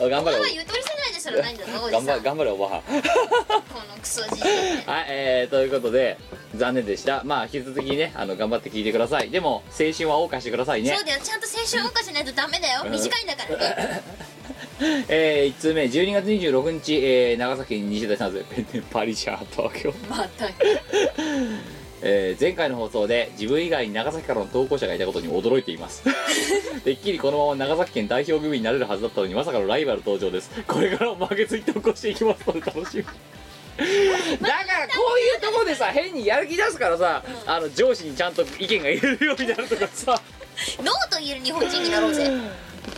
S1: ば 頑
S2: お
S1: 張れ
S2: 前
S1: よ
S2: はゆとり世代ですらないんだぞおじ
S1: 頑張
S2: さ
S1: れ
S2: んこ
S1: 頑張れおばはん
S2: のクソじじい
S1: はい、えー、ということで残念でしたまあ引き続きねあの頑張って聞いてくださいでも青春は謳歌してくださいね
S2: そうだよちゃんと青春を謳歌しないとダメだよ短いんだからね
S1: えー、1通目12月26日、えー、長崎県西田さんですペンネーム パリシャー東京、
S2: また
S1: えー前回の放送で自分以外に長崎からの投稿者がいたことに驚いていますてっきりこのまま長崎県代表組になれるはずだったのにまさかのライバル登場ですこれからも負けずに投稿していきますので楽しみだからこういうとこでさ変にやる気出すからさ、あの上司にちゃんと意見が言えるようになるとかさ
S2: ノーと言える日本人になろうぜ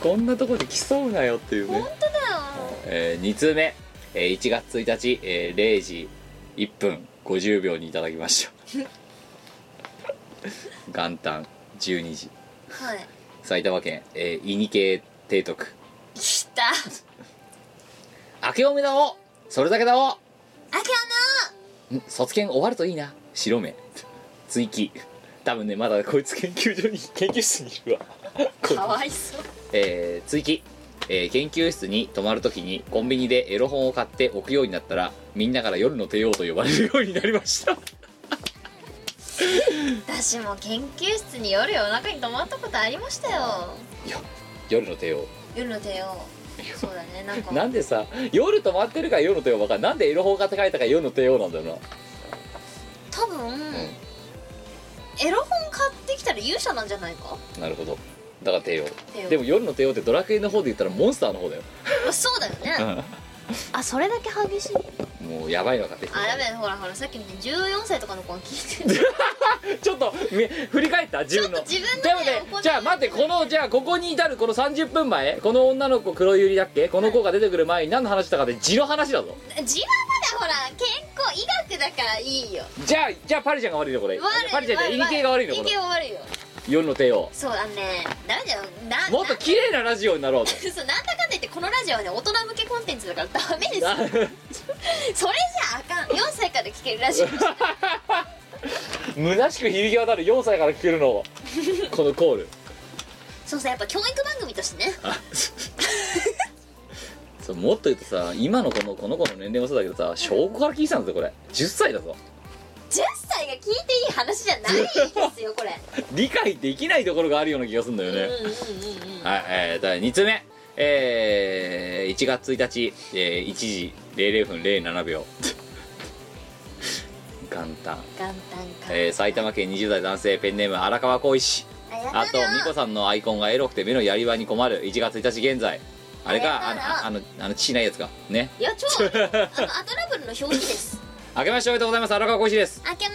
S1: こんなとこで競うなよっていうね
S2: 本当だ
S1: えー、2通目、えー1月1日、えー0時1分50秒にいただきま した元旦12時
S2: よはい
S1: 埼玉県、えー、イニ系提督
S2: 来た
S1: 明けおめだおそれだけだお
S2: あき
S1: ん卒検終わるといいな白 目追記多分ねまだこいつ研究所に研究室にいるわ
S2: ゃのかわいそう
S1: えー追記、えー研究室に泊まるときにコンビニでエロ本を買って置くようになったらみんなから夜の帝王と呼ばれるようになりました
S2: 私も研究室に夜夜中に泊まったことありましたよ
S1: いや 夜の帝王
S2: 夜の帝王そう だねなんか
S1: なんでさ夜泊まってるから夜の帝王ばかりなんでエロ本買って書いたから夜の帝王なんだよな
S2: 多分、エロ本買ってきたら勇者なんじゃないか
S1: なるほどだから帝
S2: 帝
S1: 王
S2: 王
S1: でも夜の帝王ってドラクエの方で言ったらモンスターの方だよ、
S2: まあそうだよねあそれだけ激しい
S1: もうやばいの買ってきて
S2: あやべえほらほらさっきのね14歳とかの子が聞いてる
S1: ちょっとみ振り返った自分の
S2: ちょっと自分のね
S1: でもね
S2: 怒り
S1: じゃあ待ってこのじゃあここに至るこの30分前この女の子黒百合だっけこの子が出てくる前に何の話したかって地の話だぞ
S2: 自慢まだほら健康医学だからいいよ
S1: じゃあじゃあパリちゃんが悪いのこれ
S2: 悪い
S1: パリちゃんじゃ
S2: 悪
S1: イ
S2: い
S1: ニ系が悪いの
S2: イ
S1: こ
S2: ニ系
S1: れ
S2: が悪いよ
S1: 夜の帝王
S2: そうあのねダメだよな
S1: もっと綺麗なラジオにな ろうと
S2: なそうなんだかんだ言ってこのラジオはね大人向けコンテンツだからダメですよそれじゃあかん4歳から聞ける ラジオ
S1: 虚しく響き渡る4歳から聞けるのをこのコール
S2: そうさやっぱ教育番組としてね
S1: あそうもっと言うとさ今のこのこの子の年齢もそうだけどさ小5から聞いてたんですよこれ10歳だぞ
S2: 10歳が聞いていい話じゃないですよこれ
S1: 理解できないところがあるような気がするんだよね、
S2: うんうんうんうん
S1: はい、えー、第2つ目えー、1月1日、えー、1時00分07秒元旦、
S2: 元旦か
S1: えー、埼玉県20代男性ペンネーム荒川浩一あとミコさんのアイコンがエロくて目のやり場に困る1月1日現在あれかあ
S2: あれだな
S1: のあのあの父ないやつかね
S2: いや超 あのアトラブルの表記です
S1: 明けましておめでとうございます荒川浩一です
S2: あけま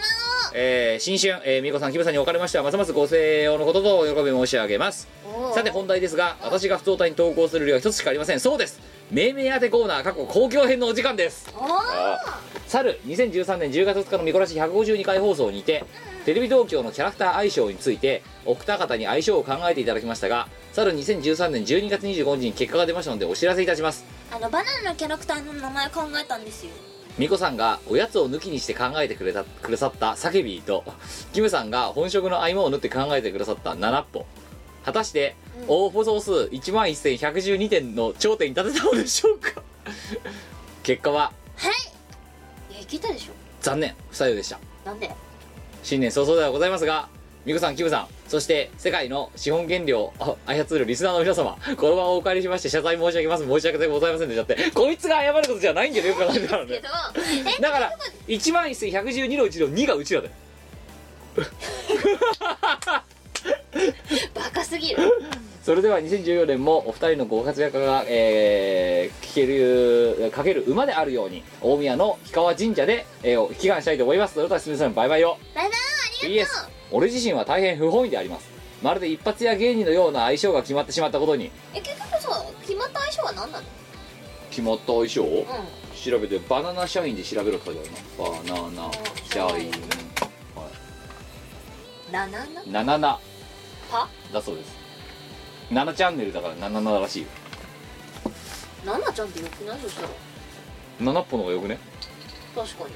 S1: えー、新春、えー、美子さんキムさんにおかれましてはますますご静養のこととお喜び申し上げます
S2: おう
S1: さて本題ですが私が不当体に投稿する量は一つしかありませんそうです命名当てコーナー過去公共編のお時間です
S2: おー
S1: 去る2013年10月2日の見殺し152回放送にてテレビ東京のキャラクター相性についてお二方に相性を考えていただきましたが去る2013年12月25日に結果が出ましたのでお知らせいたします
S2: あのバナナのキャラクターの名前考えたんですよ
S1: ミコさんがおやつを抜きにして考えてくれたくださった叫びとキムさんが本職の合間を縫って考えてくださった7歩果たして応募総数1万1112点の頂点に立てたのでしょうか結果は
S2: え聞いたでしょ
S1: 残念不採用でした
S2: なんで
S1: 新年早々ではございますがミコさんキムさんそして世界の資本原料あ操るリスナーの皆様この場をお借りしまして謝罪申し上げます申し訳ございませんでしたってこいつが謝ることじゃないんだよよく考えたらね
S2: けどえ
S1: だから1万1112のうちの2がうちらだよ
S2: バカすぎる
S1: それでは2014年もお二人のご活躍が、えー、聞けるかける馬であるように大宮の氷川神社で、えー、祈願したいと思いますそれではすみさんバイバイを
S3: バイバイありが
S1: PS
S3: とう
S1: 俺自身は大変不本意でありますまるで一発屋芸人のような相性が決まってしまったことに
S2: え結局さ決まった相性は何なの
S1: 決まった相性を
S2: うん
S1: 調べてバナナ社員で調べろって書いてあるなバナナ社員
S2: ラナナ
S1: 77
S2: パ
S1: だそうです7チャンネルだから77らしいよ
S2: ナナちゃんってよくないそしたら
S1: 7歩の方がよくね
S2: 確かに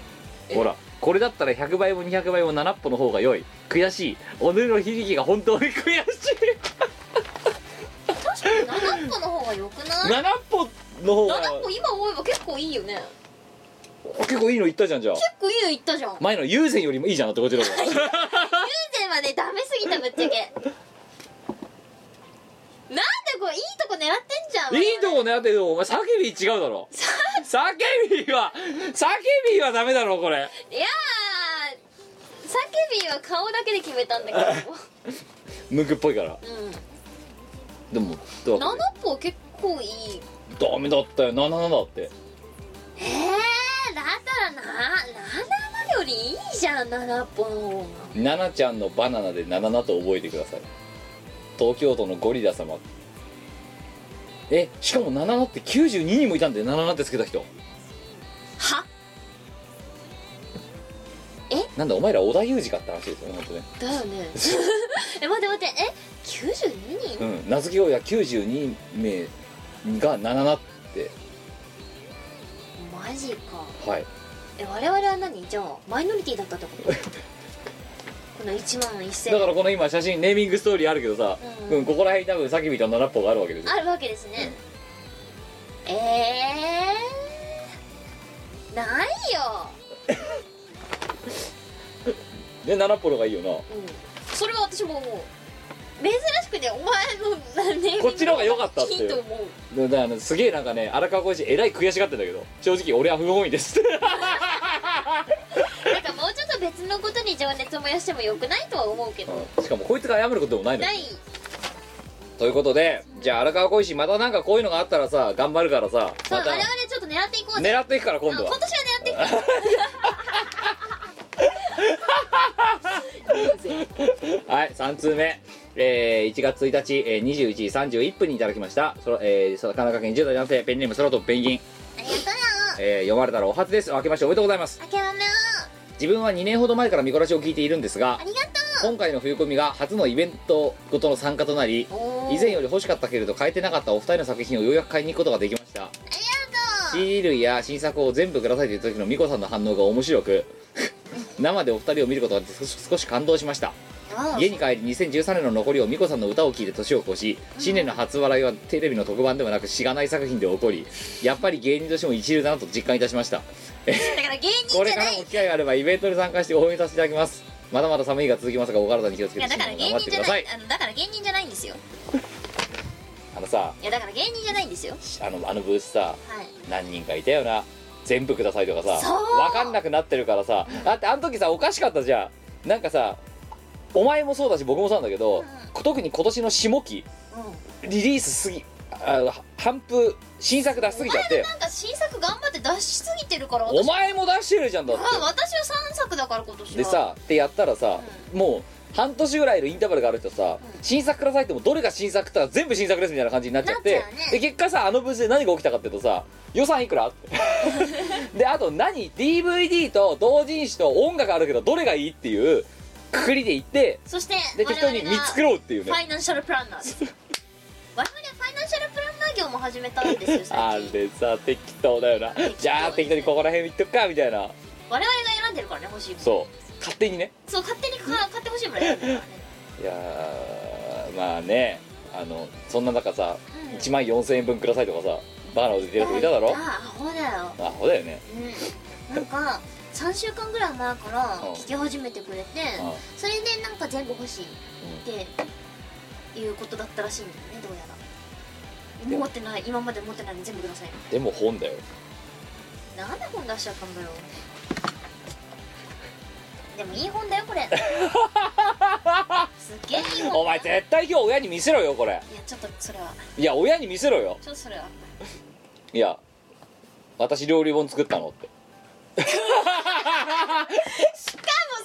S2: え
S1: ほらこれだったら100倍も200倍も7歩の方が良い悔しい己の響きが本当に悔しい
S2: 確かにナナッパの方がよく ない
S1: 7歩の方
S2: ナ
S1: が
S2: ナッパ今思えば結構いいよね結
S1: 結構いいの言ったじゃんじゃあ
S2: 構いいの言っ たじゃん以
S1: 前の優先よりもいいじゃんってこっち の方が
S2: 前はねダメすぎたぶ っちゃけなんでこれいいとこ狙ってんじゃん
S1: いいとこ狙ってるけどお前叫び違うだろ叫びは叫びはダメだろこれ
S2: いやー叫びは顔だけで決めたんだけ ど
S1: ムクっぽいから
S2: う
S1: でもど
S2: ん
S1: う
S2: ナナッパは結構いい
S1: ダメだったよ77だって
S2: えー、だったらなナナナよりいいじゃんナナッパの方が
S1: ナナちゃんのバナナで77と覚えてください東京都のゴリラ様えしかも77って92人もいたんで77ってつけた人
S2: は
S1: なんだお前ら織田裕二かって話ですよね本当ね
S2: だよ ねえ待って待ってえ92人、
S1: うん名付け親92名が77って
S2: マジか
S1: はい
S2: え我々は何じゃあマイノリティだったっ てことこの1万1000
S1: だからこの今写真ネーミングストーリーあるけどさ、
S2: う
S1: うんんここら辺に多分さっき見た7っぽがあるわけですよ
S2: あるわけですね、えー、ないよ、
S1: で7っぽの方がいいよな
S2: うん、それは私も思う珍しくねお前のネーミング
S1: こっちの方が良かったっていう
S2: いいと思う
S1: だからあのすげえなんかね荒川浩一えらい悔しがってんだけど正直俺は不本意ですって
S2: なんかもうちょっと別のことに情熱を燃やしてもよくないとは思う けど、
S1: うんしかもこいつが謝ることでもないのよ
S2: ない
S1: ということでじゃあ荒川浩一またなんかこういうのがあったらさ頑張るからさ
S2: そう
S1: ま
S2: 我
S1: た
S2: 々ちょっと狙っていこうぜ
S1: 狙っていくから今
S2: うん
S1: 度
S2: 今
S1: は
S2: 年は狙っていこう
S1: はい、3通目。えー1月1日、えー21時31分にいただきました。そらえーそら神奈川県10代男性、ペンネーム空飛ぶペンギン。
S3: ありがとうよ
S1: えー読まれたらお初です。明けましておめでとうございます。
S3: あけまめよ
S1: 自分は2年ほど前から見こらしを聞いているんですが
S3: あ、りがと
S1: 今回の冬コミが初のイベントごとの参加となり、
S2: おー
S1: 以前より欲しかったけれど買えてなかったお二人の作品をようやく買いに行くことができました。
S3: う
S1: CD 類や新作を全部くださいという時の美子さんの反応が面白 く生でお二人を見ることができて少し少し感動しました家に帰り2013年の残りを美子さんの歌を聴いて年を越し新年の初笑いはテレビの特番ではなくしがない作品で起こりやっぱり芸人としても一流だなと実感いたしました
S2: だから芸
S1: こ
S2: 人
S1: れ
S2: じゃ
S1: か
S2: な
S1: ら
S2: い
S1: も機会があればイベントに参加して応援させていただきますまだまだ寒い日が続きますがお体に気をつ
S2: い
S1: け
S2: や
S1: て
S2: だ
S1: 新
S2: から
S1: 年も頑張っ
S2: 芸人
S1: て
S2: じ
S1: くだ
S2: ゃな
S1: さ
S2: い
S1: い
S2: あのだから芸人じゃないんですよ
S1: あのさ
S2: いやだから芸人じゃないんですよ
S1: あのあのブースさ
S2: はい
S1: 何人かいたよな全部くださいとかさ
S2: そう
S1: 分かんなくなってるからさだってあの時さおかしかったじゃんなんかさお前もそうだし僕もそうなんだけど、特に今年の下期リリースすぎあの半分新作出しすぎちゃって
S2: なんか新作頑張って出しすぎてるから
S1: お
S2: 私
S1: 前も出してるじゃんだっ
S2: あ私は3作だから今年
S1: て
S2: は
S1: でさってやったらさ、もう半年ぐらいのインターバルがあるとさ、新作くださいってもどれが新作って言ったら全部新作ですみたいな感じになっちゃって
S2: なっちゃうね
S1: で結果さあのブースで何が起きたかっていうとさ予算いく らってであと何 DVD と同人誌と音楽あるけどどれがいいっていうくくりで行って
S2: そして
S1: で適当に見
S2: 作
S1: 繕うっていう
S2: フ
S1: ね
S2: ァイナンシャルプランナーです 我々ファイナンシャルプランナー業も始めたんです よ
S1: あ
S2: 最近
S1: れさ適当だよな
S2: 適当
S1: じゃあ適当にここら辺行っとくかみたいな
S2: 我々が選んでるからね欲しいもの
S1: そう勝手にね
S2: そう勝手にか買ってほしいもの選んでるからね
S1: いやーまあねあのそんな中さ、1万4000円分くださいとかさバカなこと言ってる人いただろ
S2: ああほだよ
S1: アホだよね
S2: うんなんか3週間ぐらい前から聞き始めてくれて
S1: うん
S2: それでなんか全部欲しいっていうことだったらしいんだよねどうや
S1: で
S2: ら
S1: も
S2: 持ってない今まで持ってないの全部ください
S1: でも本だよ
S2: なんで本出しちゃったんだよでもいい本だよこれすっげえいい本
S1: お前絶対今日親に見せろよこれ
S2: いやちょっとそれはい
S1: や親に見せろよ
S2: ちょっとそれはい
S1: や私料理本作ったのって
S2: しかも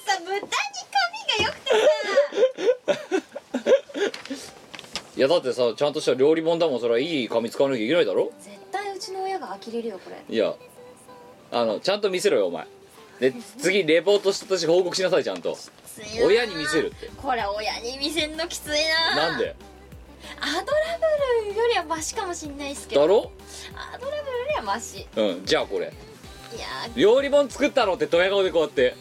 S2: さ豚に髪がよくて
S1: いやだってさちゃんとした料理本だもんそれはいい紙使わなきゃいけないだろ
S2: 絶対うちの親が呆れるよこれ
S1: いやあのちゃんと見せろよお前で次レポートした私報告しなさいちゃんと
S2: ついな
S1: 親に見せるって
S2: これ親に見せんのきついな
S1: なんで
S2: アドラブルよりはマシかもしんないっすけど
S1: だろ
S2: アドラブルよりはマシい
S1: うんじゃあこれ
S2: や
S1: 料理本作ったのってドヤ顔でこうやって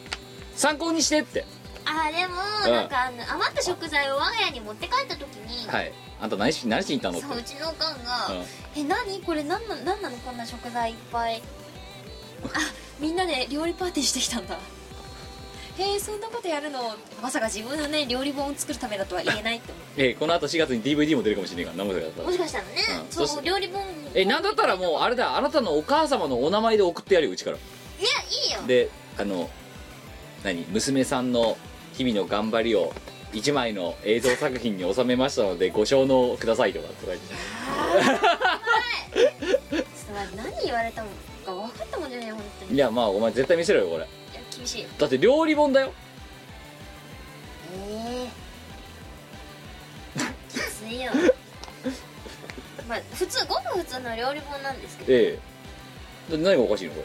S1: 参考にしてって
S2: あーでも
S1: うん
S2: なんかあの余った食材を我が家に持って帰った時に、
S1: はいあんた何し何しに行ったの
S2: そ
S1: っ
S2: うう
S1: て
S2: ちのおかんが「え何これ何なの何なのこんな食材いっぱい」あみんなで料理パーティーしてきたんだへえそんなことやるのまさか自分のね料理本を作るためだとは言えないって思
S1: ええこのあと4月に DVD も出るかもしれないから何もだ
S2: う
S1: か
S2: も
S1: ら
S2: しかしたらね、
S1: うん
S2: そ
S1: そし
S2: の料理本
S1: えなんだったらもうあれだあなたのお母様のお名前で送ってやるようちから
S2: いやいいよ
S1: であの何娘さんの日々の頑張りを1枚の映像作品に収めましたのでご承納くださいとかとか言って
S2: それ何言われたのか分かったもんじゃねえよ本当に
S1: い
S2: い
S1: やまあお前絶対見せろよこれ
S2: や厳しい
S1: だって料理本だよ
S2: ええきついよまあ普通ごく普通の料理本なんですけど
S1: ええだって何がおかしいのこ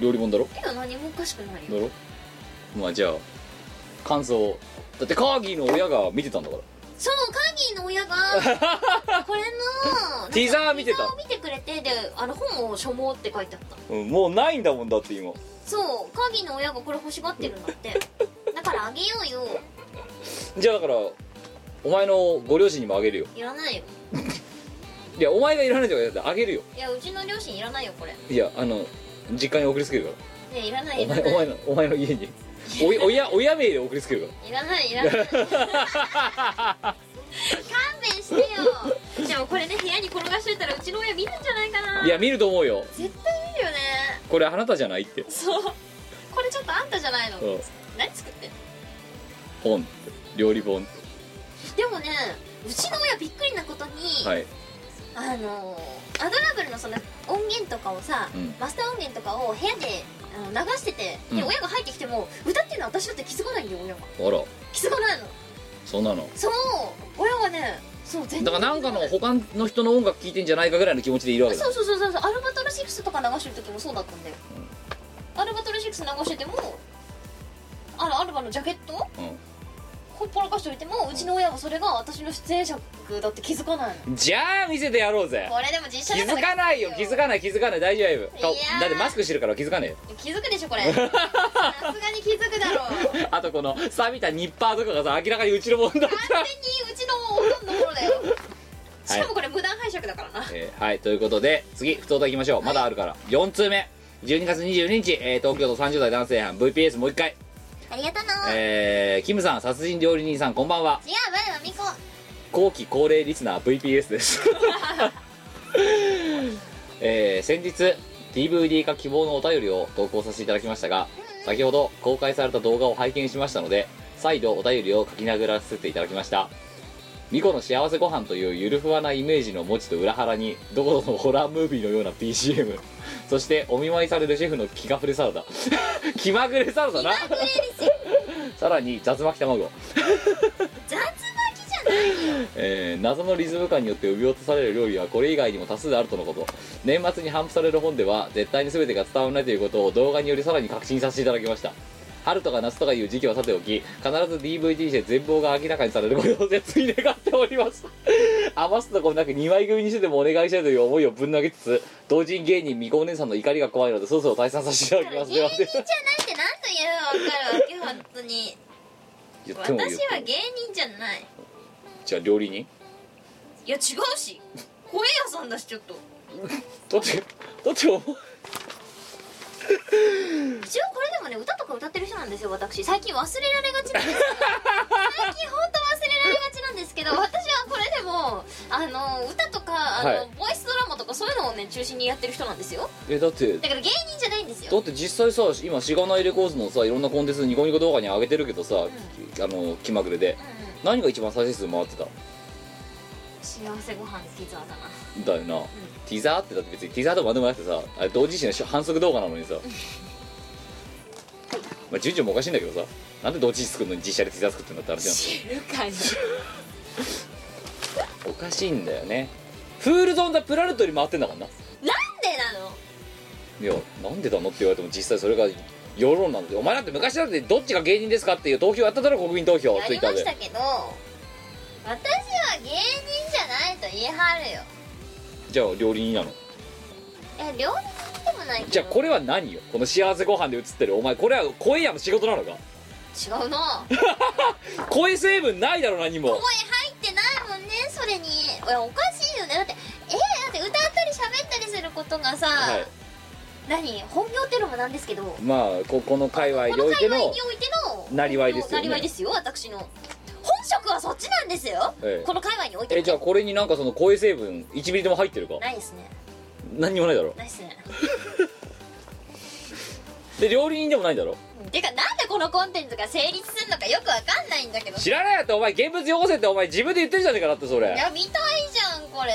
S1: れ料理本だろ
S2: けど何もおかしくない
S1: だ
S2: よ
S1: ろまあじゃあ感想をだってカーギーの親が見てたんだから
S2: そうカーギーの親 がこれの
S1: ティザー見てた
S2: ティザーを見てくれてであの本を所望って書いてあった
S1: うんもうないんだもんだって今
S2: そうカーギーの親がこれ欲しがってるんだ ってだからあげようよ
S1: じゃあだからお前のご両親にもあげるよ
S2: いらないよ
S1: いやお前がいらないとか言ってあげるよ
S2: いやうちの両親いらないよこれね
S1: いやあの実家に送りつけるから
S2: いらない
S1: お
S2: いら
S1: 前お
S2: ない
S1: 前のお前の家におい親親名で送りつけるか
S2: いらないいらない勘弁してよでもこれね部屋に転がしといたらうちの親見るんじゃないからない
S1: や見ると思うよ
S2: 絶対見るよね
S1: これあなたじゃないって
S2: そうこれちょっとあんたじゃないの
S1: うん
S2: 何作ってんの
S1: 本料理本
S2: でもねうちの親びっくりなことに、
S1: はい
S2: あのアドラブルのその音源とかをさ、
S1: うん
S2: マスター音源とかを部屋であの流しててで、
S1: うん
S2: 親が入ってきても歌ってるのは私だって気づかないよ親が
S1: あら
S2: 気づかないの
S1: そんなの
S2: そう親がねそう全然
S1: だからなんかの他の人の音楽聴いてんじゃないかぐらいの気持ちでいるわけだ
S2: そうそうそうそうそうアルバトル6とか流してる時もそうだったんだよ、アルバトル6流しててもあのアルバのジャケットをほっぽらかしておいてもうちの親がそれが私の出演者だって気づかないの
S1: うん、じゃあ見せてやろうぜ
S2: これでも実
S1: 気
S2: 写だ
S1: づかないよ気づかない気づかない大丈夫顔
S2: いやー
S1: だってマスクしてるから気づかね
S2: 気づくでしょこれさすがに気づくだろう完
S1: えよあとこの錆びたニッパーとかがさ明らかにうちのもんだった
S2: 全にうちのほとんどものだよしかもこれ無断拝借だからな
S1: えーはいということで次不登いきましょうまだあるから、4通目12月22日、えー東京都30代男性班 VPS もう一回
S3: ありがとうの
S1: えー、キムさん殺人料理人さんこんばんは
S3: 違うわよみこ
S1: 後期高齢リスナー VPS です えー先日 DVD 化希望のお便りを投稿させていただきましたが先ほど公開された動画を拝見しましたので再度お便りを書き殴らせていただきましたミコの幸せご飯というゆるふわなイメージの文字と裏腹にどこどこのホラームービーのような BGM そしてお見舞いされるシェフの気が触れサラダ気まぐれサラダなさらに雑巻き卵えー謎のリズム感によって産み落とされる料理はこれ以外にも多数あるとのこと年末に頒布される本では絶対に全てが伝わらないということを動画によりさらに確信させていただきました春とか夏とかいう時期はさておき必ず DVD で全貌が明らかにされることを切に願っております余すとこもなく2枚組にしてでもお願いしたいという思いをぶん投げつつ同人芸人みこお姉さんの怒りが怖いのでそろそろ退散させていただきます
S2: 芸人じゃないって何と言えば分かるわけ本当に
S1: 言っ
S2: 私
S1: てもいいよ
S2: は芸人じゃない
S1: じゃあ料理人
S2: いや違うし声屋さんだしちょっと
S1: だってだってお前
S2: 一応これでもね歌とか歌ってる人なんですよ私最近忘れられがち なんですけど最近本当忘れられがちなんですけど私はこれでもあの歌とかあの、
S1: はい
S2: ボイスドラマとかそういうのをね中心にやってる人なんですよ
S1: えだって
S2: だから芸人じゃないんですよ
S1: だって実際さ今しがないレコーズのさいろんなコンテンツニコニコ動画に上げてるけどさ、あの気まぐれで
S2: うんうん
S1: 何が一番再生数回ってた
S2: 幸せご飯ティザーだな
S1: だよな、ティザーってだって別にティザーとかでもなくてさあれ同時視の反則動画なのにさ、まあ順序もおかしいんだけどさなんで同時視作るのに実写でティザー作ってんだって話な
S2: 知るかに
S1: のおかしいんだよねフールゾンダプラルトより回ってんだもんな
S2: なんでなの
S1: いやなんでだのって言われても実際それが世論なんでお前だって昔だってどっちが芸人ですかっていう投票やっただろ国民投票
S2: や
S1: ツイッ
S2: り
S1: タ
S2: ま
S1: ー
S2: した
S1: で
S2: けど私は芸人じゃないと言い張るよ
S1: じゃあ料理人なの
S2: え料理人でもないけど
S1: じゃあこれは何よこの幸せご飯で映ってるお前これは声やの仕事なのか
S2: 違うな
S1: 声成分ないだろ何も
S2: 声入ってないもんねそれにいやおかしいよねだってえだって歌ったり喋ったりすることがさ、
S1: はい
S2: 何本業ってのもなんですけどこ
S1: まあここの界隈に
S2: の
S1: おい
S2: 界
S1: て
S2: 隈に
S1: の
S2: おいての
S1: なりわいですよね
S2: なりわいですよ私の本職はそっちなんですよ、
S1: ええ
S2: この界隈において
S1: えじゃあこれになんかその声成分1ミリでも入ってるか
S2: ないですね
S1: 何にもないだろ
S2: ないですね
S1: で料理人でもないんだろ
S2: てかなんでこのコンテンツが成立するのかよくわかんないんだけど
S1: 知らないやってお前現物よこせってお前自分で言ってるじゃねえかだってそ
S2: い
S1: れ
S2: や見たいじゃんこれ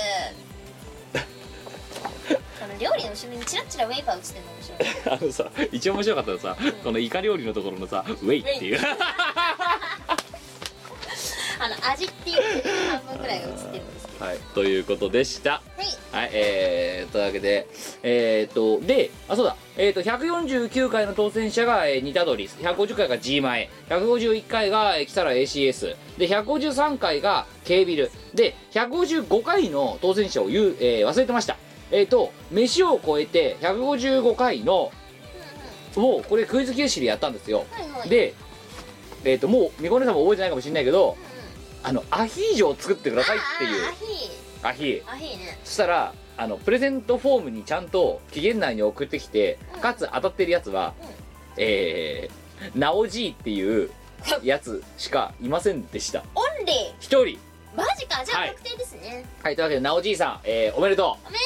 S2: この料理の後ろにチラッチラウェイパー映ってるの面
S1: あ
S2: 白い
S1: のさ一応面白かったのさ、このイカ料理のところのさウェイっていう
S2: あの味っていう半分ぐらいが映ってるんですけど
S1: はいということでした
S2: はい
S1: はいえー、というわけでえー、とであそうだえー、と149回の当選者が、えー、ニタドリ150回が G 前151回が、えー、キサラ ACS で153回が K ビルで155回の当選者を言う、えー忘れてましたえー、と飯を超えて155回のをこれクイズ形式でやったんですよ
S2: はいはい
S1: で、えー、ともうみこねさんも覚えてないかもしれないけどあのアヒージョを作ってくださいっていうアヒー
S2: ああアヒーアヒーね
S1: そしたらあのプレゼントフォームにちゃんと期限内に送ってきて
S2: うん
S1: かつ当たってるやつは、
S2: うん
S1: えー、ナオジーっていうやつしかいませんでした
S2: オンリー
S1: 一人
S2: マジかじゃ
S1: は
S2: あ
S1: い
S2: 確定ですね、
S1: はいというわけでナオジーさん、えー、おめでと
S2: おめで
S1: う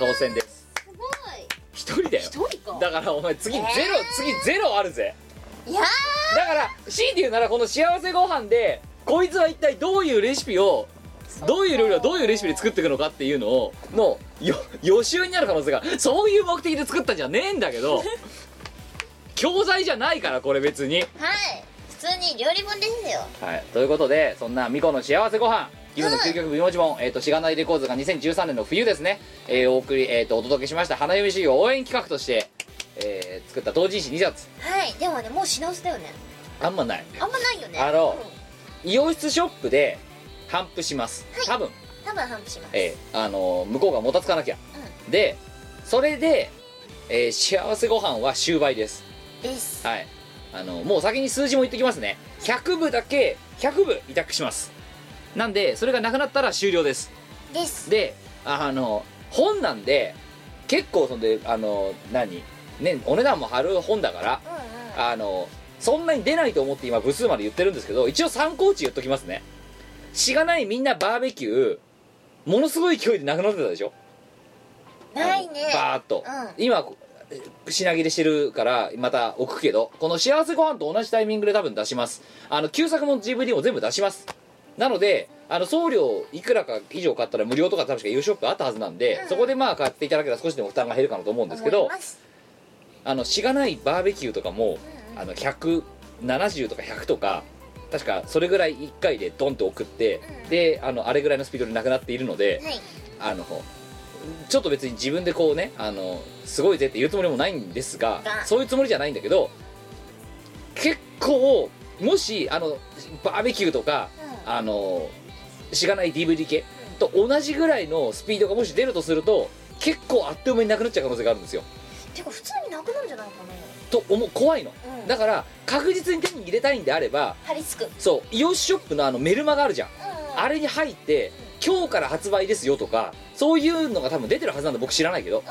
S1: 当選です
S2: とうございま
S1: 一人だよ
S2: すごい一人か
S1: だからお前次ゼロ、
S2: えー
S1: 次ゼロあるぜ
S2: いや
S1: だから強いて言うならこの幸せご飯でこいつは一体どういうレシピをどういう料理をどういうレシピで作っていくのかっていうのをのよ予習になる可能性がそういう目的で作ったんじゃねえんだけど教材じゃないからこれ別に、
S2: ーはい普通に料理本ですよ
S1: はい、ということでそんなミコの幸せご飯ギブの究極美文字もえっ、としがないレコーズが2013年の冬ですね、えーお送り、えー、とお届けしました花嫁修行応援企画として、えー作った同人誌2冊
S2: はいでもねもう品薄だよね
S1: あんまない
S2: あんまないよね
S1: あの
S2: うん
S1: イオシスショップで頒布します、多分
S2: 多分半分します
S1: えーあのー向こうがもたつかなきゃ、でそれで、えー幸せご飯は終売です
S2: です
S1: はいあのーもう先に数字も言ってきますね100部だけ100部委託しますなんでそれがなくなったら終了です
S2: です
S1: であの本なんで結構そんであの何ねお値段も張る本だから
S2: うんうん
S1: あのそんなに出ないと思って今部数まで言ってるんですけど一応参考値言っときますねしがないみんなバーベキューものすごい勢いでなくなってたでしょ
S2: ないね
S1: あのバーっと、
S2: うん
S1: 今え品切れしてるからまた置くけどこの幸せご飯と同じタイミングで多分出しますあの旧作も DVD も全部出しますなのであの送料いくらか以上買ったら無料とか確か U ショップあったはずなんで、そこでまあ買っていただけたら少しでも負担が減るかなと思うんですけど
S2: 思います
S1: あのしがないバーベキューとかも、あの170とか100とか確かそれぐらい1回でドンって送って、
S2: うん
S1: であのあれぐらいのスピードでなくなっているので、
S2: はい
S1: あのちょっと別に自分でこうねあのすごいぜって言うつもりもないんですが
S2: が
S1: そういうつもりじゃないんだけど結構もしあのバーベキューとか、
S2: うん
S1: あのしがない DVD 系と同じぐらいのスピードがもし出るとすると結構あっという間になくなっちゃう可能性があるんですよ。
S2: てか普通になくなるんじゃないか
S1: と思う怖いの、
S2: うん
S1: だから確実に手に入れたいんであれば
S2: な張り付く
S1: そうイオシスショップのあのメルマがあるじゃん、
S2: うん
S1: あれに入って今日から発売ですよとかそういうのが多分出てるはずなんで僕知らないけど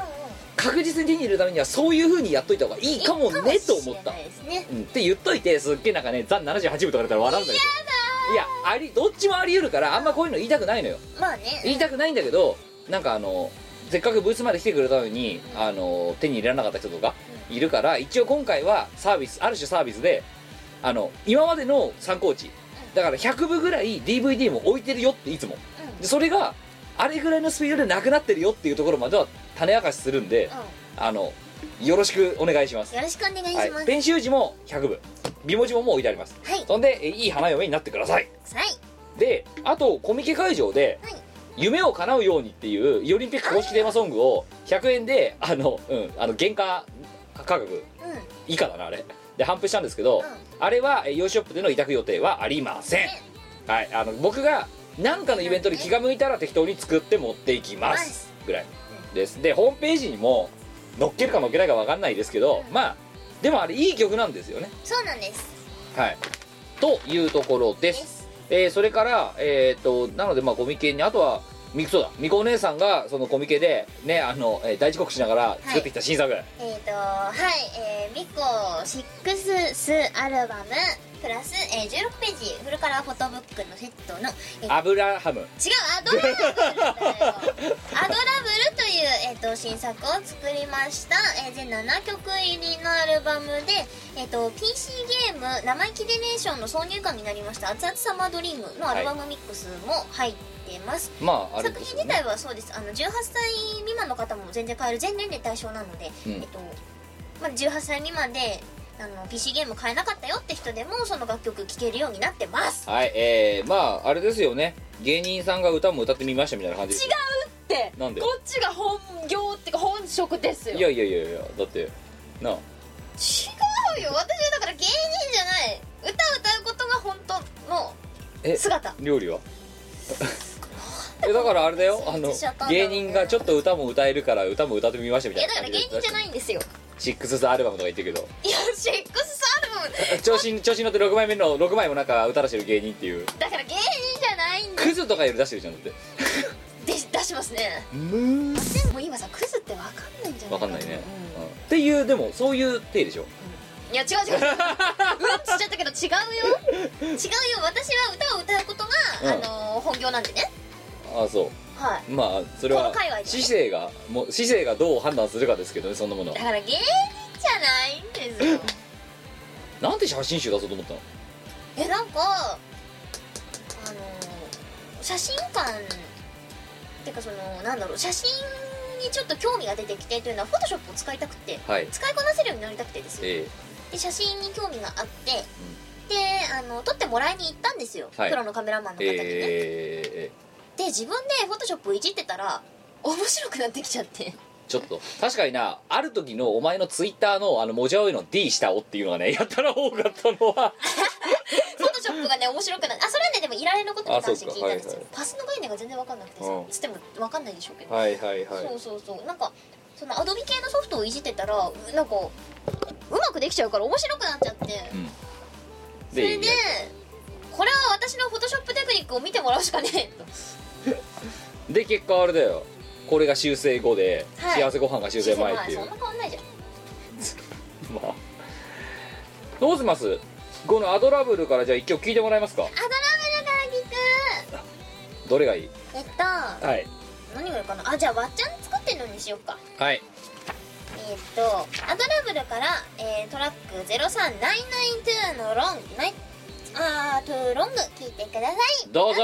S1: 確実に手に入れるためにはそういう風にやっといた方がいいかもねと思った
S2: いいかもしれないですね
S1: うん、って言っといてすっげえなんかね「ザ・78部」とか言われたら笑うんだけどいやありどっちもあり得るからあんまこういうの言いたくないのよ
S2: まあね
S1: 言いたくないんだけどなんかあのせっかくブースまで来てくれたのにあの手に入れられなかった人とかいるから一応今回はサービスある種サービスであの今までの参考値だから100部ぐらい DVD も置いてるよっていつも
S13: うん
S1: でそれがあれぐらいのスピードでなくなってるよっていうところまでは種明かしするんであのよろしくお願いします
S2: よろしくお願いします。
S1: はい、編集時も100部美文字ももう置いてあります、
S2: はい
S1: そんでえいい花嫁になってください
S2: はい
S1: であとコミケ会場で、
S2: はい
S1: 夢を叶うように」っていうイオリンピック公式テーマソングを100円であの、うん、あの原価価格
S2: うん。
S1: 以下だなあれで頒布したんですけど、あれはえイオシショップでの委託予定はありません、はい、あの僕が何かのイベントに気が向いたら適当に作って持っていきますぐらいですでホームページにも載っけるか載っけないか分かんないですけどまあでもあれいい曲なんですよね
S2: そうなんです。
S1: はいというところです、えーそれからえっ、となのでまあコミケにあとはみくそうだみこお姉さんがそのコミケでねあの、えー大遅刻しながら作ってきた新作、
S2: えっ、と、はい、えー、ミコ6スアルバム、プラス、えー、16ページ、フルカラーフォトブックのセットの、えー
S1: アブラハム
S2: 違うアドラブルだよアドラブルという、えー、と新作を作りました、えー全7曲入りのアルバムで、えー、と PC ゲーム「生意気デネーション」の挿入歌になりました「熱々サマードリーム」のアルバムミックスも入ってます、
S1: まああれ
S2: 作
S1: です
S2: 品
S1: よ
S2: 自
S1: ね
S2: 体はそうですあの18歳未満の方も全然買える全年齢対象なので、
S1: うん
S2: えっとまあ、18歳未満であの PC ゲーム買えなかったよって人でもその楽曲聴けるようになってます
S1: はいえー、まああれですよね芸人さんが歌も歌ってみましたみたいな感じです
S13: って
S1: なんで
S13: こっちが本業っていうか本職ですよ
S1: いやいやいやいやだってなあ
S2: 違うよ私はだから芸人じゃない歌を歌うことが本当の
S1: え
S2: 姿
S1: 料理は えだからあれだよあの芸人がちょっと歌も歌えるから歌も歌ってみましたみ
S2: い
S1: たいな
S2: やだから
S1: 感
S2: 芸
S1: じ
S2: 人じゃ
S1: で
S2: ないんですよ
S1: シックススアルバムとか言ってるけど
S2: いやシックスアルバム
S1: 調子に調子に乗って6枚目の6枚もなんか歌出してる芸人っていう
S2: だから芸人じゃないんで
S1: クズとかより出してるじゃんだって
S2: 出しますね
S1: む
S2: でも今さクズってわかんないんじゃな
S1: わ
S2: い
S1: かんないね、うんっていうでもそういう体でしょ
S2: いや違う違ううんっつっちゃったけど違うよ違うよ私は歌を歌うことが、
S1: うん
S2: あのー本業なんでね
S1: ああそう
S2: はい
S1: まあそれは
S2: この界隈で
S1: 姿勢がもう姿勢がどう判断するかですけどねそんなものは
S2: だから芸人じゃないんですよ
S1: なんで写真集出そうと思ったの
S2: えなんかあのー写真館ってかそのなんだろう写真にちょっと興味が出てきてというのはフォトショップを使いたくて
S1: はい
S2: 使いこなせるようになりたくてですよ
S1: え
S2: で写真に興味があって、であの撮ってもらいに行ったんですよ、
S1: はい
S2: プロのカメラマンの
S1: え
S2: 方にね、
S1: えー
S2: で自分でフォトショップをいじってたら面白くなってきち ゃって
S1: ちょっと確かになある時のお前のツイッターのあの文字青いの D したおっていうのがねやたら多かったのは
S2: フォトショップがね面白くなってあそれはねでもいられのことに関して聞いたんです
S1: あそうかはいは
S2: よ、
S1: い
S2: パスの概念が全然分かんなくてさ、
S1: うん
S2: つっても分かんないでしょうけど、
S1: はいはい
S2: そうそうそうなんかそのアドビ系のソフトをいじってたらうなんかうまくできちゃうから面白くなっちゃって、
S1: い
S2: そ
S1: で
S2: れでこれは私のフォトショップテクニックを見てもらうしかねえと
S1: で結果あれだよこれが修正後で、
S2: はい
S1: 幸せご飯が修正前っていう
S2: そんな変わんないじゃん
S1: まあどうしますこのアドラブルからじゃあ一曲聞いてもらえますか
S2: アドラブルから聞く
S1: どれがいい
S2: えっ
S1: はい
S2: と何がいいかなあじゃあわっちゃん作ってるのにしよっか
S1: はい
S2: えーっとアドラブルから、えートラック03992のロングないあートゥーロング聞いてください
S1: どうぞ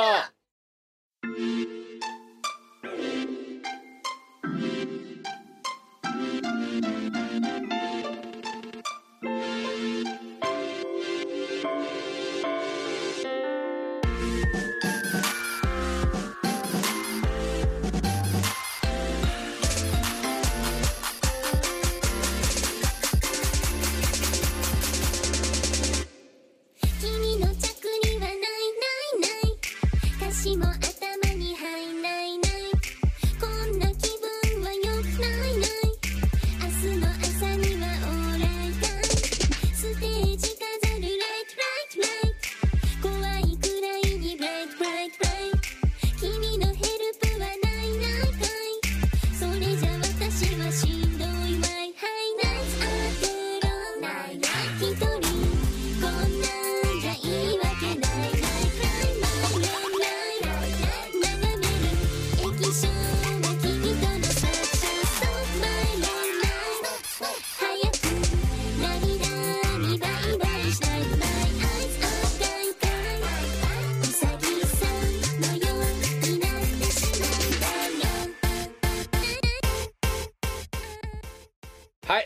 S3: 君の着にはないないない歌詞も頭に入ないないこんな気分は良くないない明日の朝にはオーライタイステージ飾るライトライトライト怖いくらいにブライト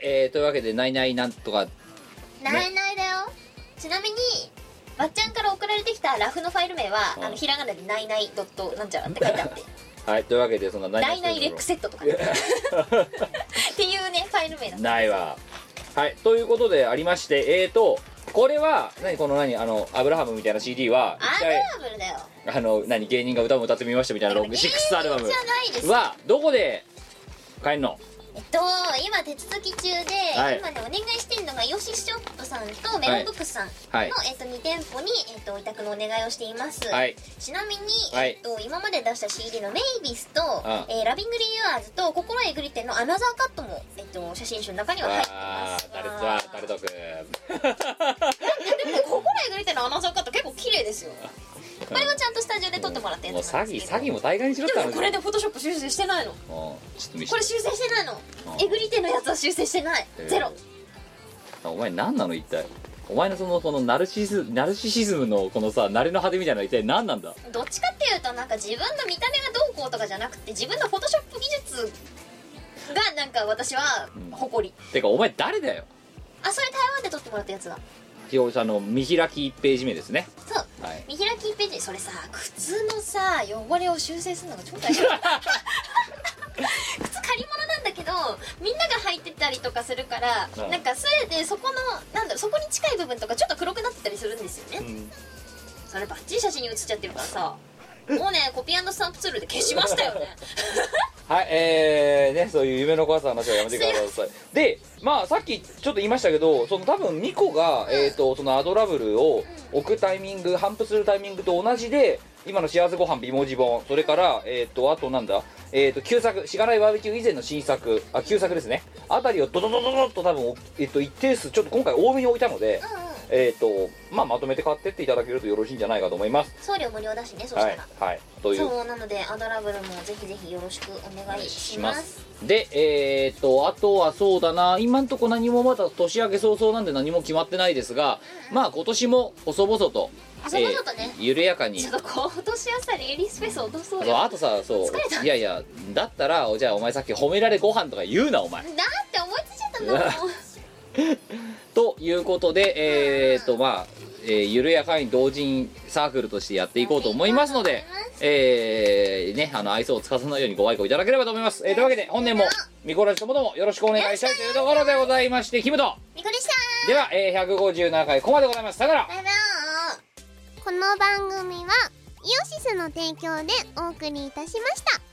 S1: えー、というわけで「ナイナイなんとか
S2: ないないだよちなみにわっちゃんから送られてきたラフのファイル名は、
S1: うん
S2: あのひらがなで「ないないドットなんちゃら」って書いて あって」
S1: はいというわけでそんな「ナ
S2: 「ないないレックセット」と かねっていうねファイル名だった
S1: ないわはいということでありましてえーとこれは何この何あのアブラハムみたいな CD は
S2: ア
S1: 一
S2: ン
S1: 回
S2: ダーブルだよ
S1: あの何芸人が歌も歌ってみましたみたいなロングシックスアルバ
S2: じゃ
S1: ム
S2: ないです
S1: はどこで買えるの
S2: えっと今手続き中で、
S1: はい
S2: 今ねお願いしてるのがヨシショップさんとメロンブックスさんの、
S1: はい
S2: えっと、2店舗に、えっと、委託のお願いをして います、
S1: はい
S2: ちなみに、
S1: はい
S2: えっと、今まで出した CD の「メイビスと」
S1: あ
S2: えーラビング・リユアーズ」と「心えぐり店」の「アナザーカットも」えっと、写真集の中には入ってま
S1: あ
S2: す
S1: ー誰とは誰とく
S2: でもね心えぐり店の「アナザーカット」結構綺麗ですよこれはちゃんとスタジオで撮ってもらったやつ
S1: もう詐欺詐
S2: 欺
S1: 欺も大概にしろって
S2: で
S1: 話
S2: もこれでフォトショップ修正してないの
S1: もうちょっと見せ
S2: こ
S1: て
S2: れ修正してないの
S1: うん
S2: えぐり店のやつは修正してない
S1: えー
S2: ゼロ
S1: お前何なの一体お前のそのこのナルシスナルシシズムのこのさ慣れの果てみたいなの一体何なんだ
S2: どっちかっていうとなんか自分の見た目がどうこうとかじゃなくて自分のフォトショップ技術がなんか私は誇り、
S1: てかお前誰だよ
S2: あそれ台湾で撮ってもらったやつだ
S1: ひよさんの見開き1ページ目ですね
S2: そう
S1: はい
S2: 見開きページそれさ靴のさ汚れを修正するのが 超大変靴借り物なんだけどみんなが履いてたりとかするから
S1: うん
S2: なんかそれでそこのなんだろうそこに近い部分とかちょっと黒くなってたりするんですよね、それバッチリ写真に写っちゃってるからさもうねコピースタンプツールで消しましたよね
S1: はいえー、ねそういう夢の怖さの話はやめてくださいでまあさっきちょっと言いましたけどその多分ミコが、えー、とそのアドラブルを置くタイミング反復するタイミングと同じで今の幸せご飯美文字本それからえっ、とあとなんだえー、と旧作しがないバーベキュー以前の新作あ旧作ですねあたりをドドドドドッと多分、えっと一定数ちょっと今回多めに置いたので、えっ、とまあまとめて買ってっていただけるとよろしいんじゃないかと思います
S2: 送料無料だしねそしたら、
S1: はいはいという
S2: そうなのでアドラブルもぜひぜひよろしくお願いします
S1: でえー、っとあとはそうだな今んとこ何もまだ年明け早々なんで何も決まってないですが、まあ今年も細々と
S2: 細々とね
S1: えー緩やかに
S2: ちょっと今年あたりエリスペース落とそう
S1: そう
S2: よ
S1: あとさそ
S2: 疲れた
S1: ういやいやだったらじゃあお前さっき褒められご飯とか言うなお前
S2: だって思いついちゃったん だもん
S1: ということでえー、っとまあ、えー緩やかに同人サークルとしてやっていこうと思いますのでえー、ねあの愛想をつかさないようにご愛顧いただければと思います、えーというわけで本年もミコラジともどもよろしくお願いしたいというところでございましてキムと
S3: みこでした
S1: では、えー、157回ここまでございますさよなら
S3: バイバイこの番組はイオシスの提供でお送りいたしました